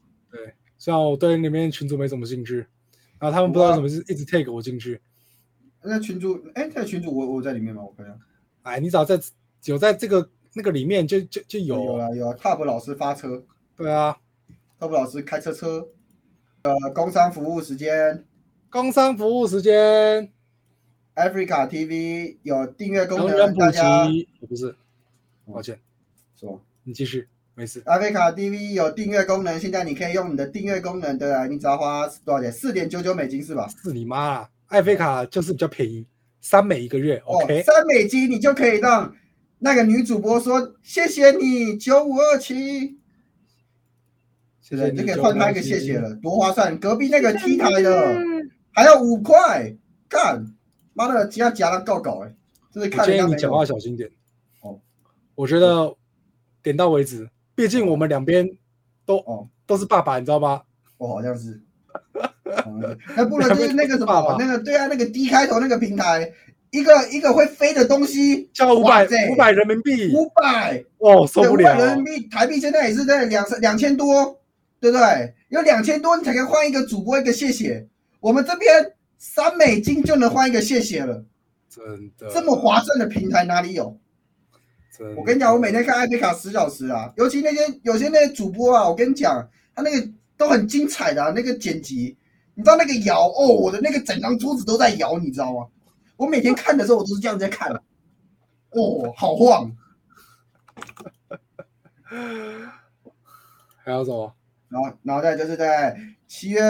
S1: 虽然我对里面群组没什么兴趣，然后他们不知道怎么是一直 take 我进去。
S2: 那群主，哎，那群主我我在里面吗？我看一下，
S1: 哎，你只要在有在这个那个里面就就就有
S2: 有
S1: 了，
S2: 啊有啊，Top 老师发车
S1: 对啊。
S2: ，Top 老师开车车，呃，工商服务时间
S1: 工商服务时间，
S2: ，Africa TV 有订阅功
S1: 能源
S2: 能，
S1: 普
S2: 大家
S1: 及，我不是，抱歉，
S2: 什么？
S1: 你继续，没事。
S2: 阿菲卡 TV 有订阅功能，现在你可以用你的订阅功能，对啊，你只要花多少钱？四点九九美金是吧？
S1: 是你妈啦！艾菲卡就是比较便宜，三美一个月
S2: 哦
S1: ，OK，，
S2: 三美金你就可以让那个女主播说谢谢你九五二七，
S1: 现在
S2: 对，就可以换她一个谢谢。了，多划算！隔壁那个 T 台的
S1: 我
S2: 还要五块，干，妈的，只要夹到够狗哎，就是看人
S1: 建
S2: 家
S1: 议
S2: 没
S1: 你讲话
S2: 有。
S1: 小心点。
S2: 哦，
S1: 我觉得点到为止，毕竟我们两边都
S2: 哦
S1: 都是爸爸，你知道吗？
S2: 我好像是。嗯那不能就是那个什
S1: 爸 *laughs* 爸
S2: 么，那个对啊，那个 D 开头那个平台，一个一个会飞的东西，
S1: 交五
S2: 哇
S1: 百
S2: 塞
S1: 五百人民币，
S2: 五百，
S1: 哦，受不
S2: 对
S1: 了
S2: 五百人民币台币现在也是在两两千多，对不对？有两千多你才可以换一个主播一个谢谢。我们这边三美金就能换一个谢谢了，
S1: 真的。
S2: 这么划算的平台哪里有？
S1: 真的
S2: 我跟你讲，我每天看艾菲卡十小时啊，尤其那些有些那些主播啊，我跟你讲，他那个都很精彩的、啊、那个剪辑，你知道那个摇哦，我的那个整张桌子都在摇，你知道吗？我每天看的时候，我都是这样在看，哦，好晃。
S1: 还有什么？
S2: 然后然后再就是在七月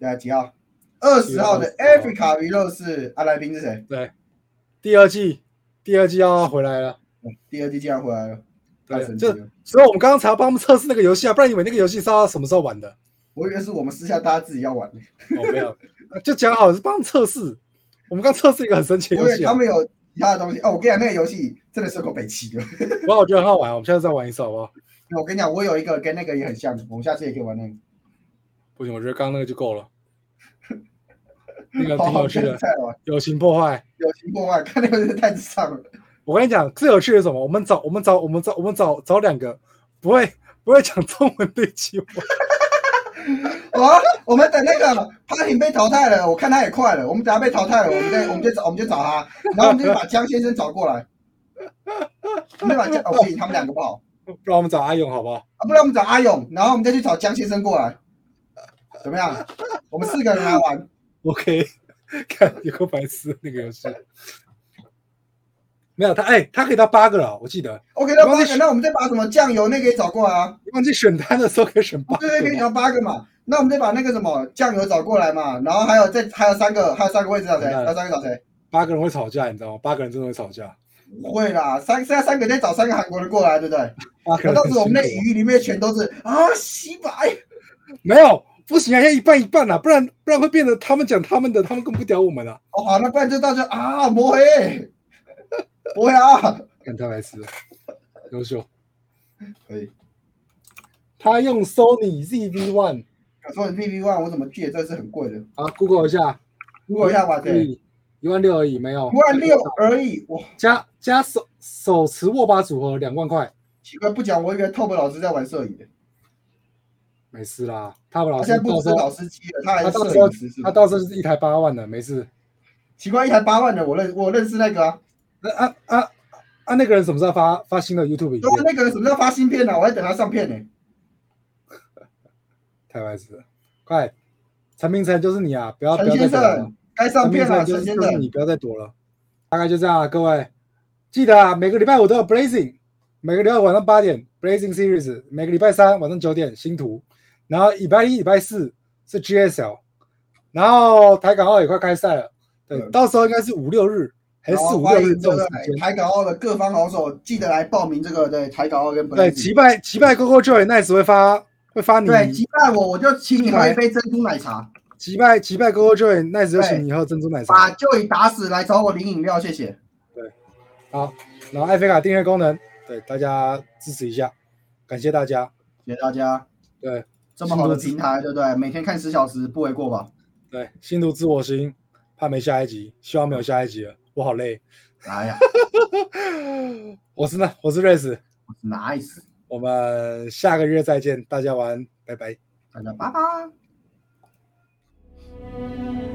S2: 呃几号，二十号的
S1: 7月
S2: Africa 娱乐室，阿来宾是谁？
S1: 对，第二季，第二季要回来了。
S2: 第二季竟然回来了，太
S1: 对，
S2: 神奇
S1: 就
S2: 了！
S1: 所以我们刚刚才要帮他们测试那个游戏啊，不然以为那个游戏是要什么时候玩的？
S2: 我以为是我们私下大家自己要玩的，
S1: 哦，没有， *laughs* 就讲好是帮他们测试。我们刚测试一个很神奇的
S2: 我
S1: 游
S2: 以为
S1: 戏、
S2: 他
S1: 啊，
S2: 们有其他的东西。哦，我跟你讲，那个游戏真的是够北齐的。 *laughs*
S1: 不过我觉得很好玩，我们下次再玩一次好不好？
S2: 我跟你讲，我有一个跟那个也很像的，我们下次也可以玩那个。
S1: 不行，我觉得刚刚那个就够 *laughs* 了，那个
S2: 好
S1: 挺
S2: 好
S1: 有趣
S2: 看
S1: 的，
S2: 再玩，
S1: 友情破坏。
S2: 友情破坏，看那个真的太智障了。
S1: 我跟你讲，最有趣的是什么？我们找我们找我们找我们找找两个不会不会讲中文的一起玩。
S2: 哦，我们等那个 Party 被淘汰了，我看他也快了，我们等他被淘汰了，我们再我们就找我们就找他，然后我们就把江先生找过来，我们就把江哦不行，他们两个不好
S1: 不然我们找阿勇好不好？
S2: 啊，不然我们找阿勇，然后我们再去找江先生过来，怎么样？我们四个人来玩，
S1: OK，看 *laughs* 有个白痴那个游戏，没有他哎、他可以到八个了，我记得。
S2: OK，那八个，那我们再把什么酱油那个也找过来啊，
S1: 你忘记选单的时候可以选八
S2: 对对，
S1: 个
S2: 可以
S1: 吗，
S2: 找八个嘛，那我们再把那个什么酱油找过来嘛，然后还有再还有三个，还有三个位置找谁？还有三个找谁？
S1: 八个人会吵架，你知道吗？八个人真的会吵架，
S2: 不会啦，三剩下三个再找三个韩国人过来，对不对？
S1: 八个人
S2: 到时候我们那
S1: 很辛苦
S2: 语里面全都是啊洗白，
S1: 没有不行啊，要一半一半啊，不然不然会变得他们讲他们的，他们更不屌我们啊。
S2: 哦好，那不然就到时候啊抹黑， *laughs* 抹黑啊，
S1: 看他来吃了，优秀。
S2: *laughs* 可以。
S1: 他用 Sony ZV One
S2: 说你 P P One 我怎么记得这是很贵的，
S1: 啊，Google 一下，
S2: 如果一下吧，对，
S1: 一万六而已，没有
S2: 一万六而已，哇，
S1: 加加手手持握把组合两万块，
S2: 奇怪不讲，我以为 Top 老师在玩摄影的，
S1: 没事啦。他们
S2: 他
S1: 老
S2: 现
S1: 师
S2: 在不
S1: 到
S2: 只
S1: 时
S2: 是
S1: 候
S2: 老司机了，他还是
S1: 他到
S2: 摄
S1: 时候
S2: 影师
S1: 他
S2: 是吧？
S1: 到时候就是一台八万的，没事。
S2: 奇怪一台八万的，我认我认识那个啊，
S1: 那啊啊啊，那个人什么时候发发新的 YouTube 影
S2: 对啊，
S1: 片？
S2: 那个人什么叫发新片呢？啊我在等他上片呢，
S1: 太白痴了，快！陈明成就是你啊，不要不
S2: 陈
S1: 要再
S2: 先
S1: 躲了。
S2: 生该上
S1: 陈明
S2: 片
S1: 成
S2: 了，
S1: 就是
S2: 陈先
S1: 就是
S2: 生，
S1: 你，不要再躲了。大概就这样啊，各位，记得啊，每个礼拜五都有 Blazing，每个礼拜晚上八点 Blazing Series，每个礼拜三晚上九点星图，然后礼拜一、礼拜四是 GSL，然后台港澳也快开赛了，对，
S2: 嗯
S1: 到时候应该是五六日还是
S2: 然
S1: 四
S2: 后
S1: 五六
S2: 欢
S1: 日
S2: 迎
S1: 这种
S2: 对对
S1: 时间。
S2: 台港澳的各方好手记得来报名这个对台港澳跟本
S1: 对，击败击败 GoGo Joy Nice 会发会发你
S2: 对，击败我，我就请你喝一杯珍珠奶茶，
S1: 击败击败 GoGo Joy Nice 就请你喝珍珠奶茶
S2: 把。就已打死来找我领饮料，谢谢。
S1: 好，然后艾菲卡订阅功能，对大家支持一下，感谢大家。
S2: 谢谢大家，
S1: 对
S2: 这么好的平台，对不对？每天看十小时不为过吧？
S1: 对，心如自我心，怕没下一集，希望没有下一集了，我好累。
S2: 哎呀，
S1: 我是呢，我是瑞斯，
S2: *laughs* ，nice，
S1: 我们下个月再见，大家晚安，拜拜。
S2: 大家拜拜。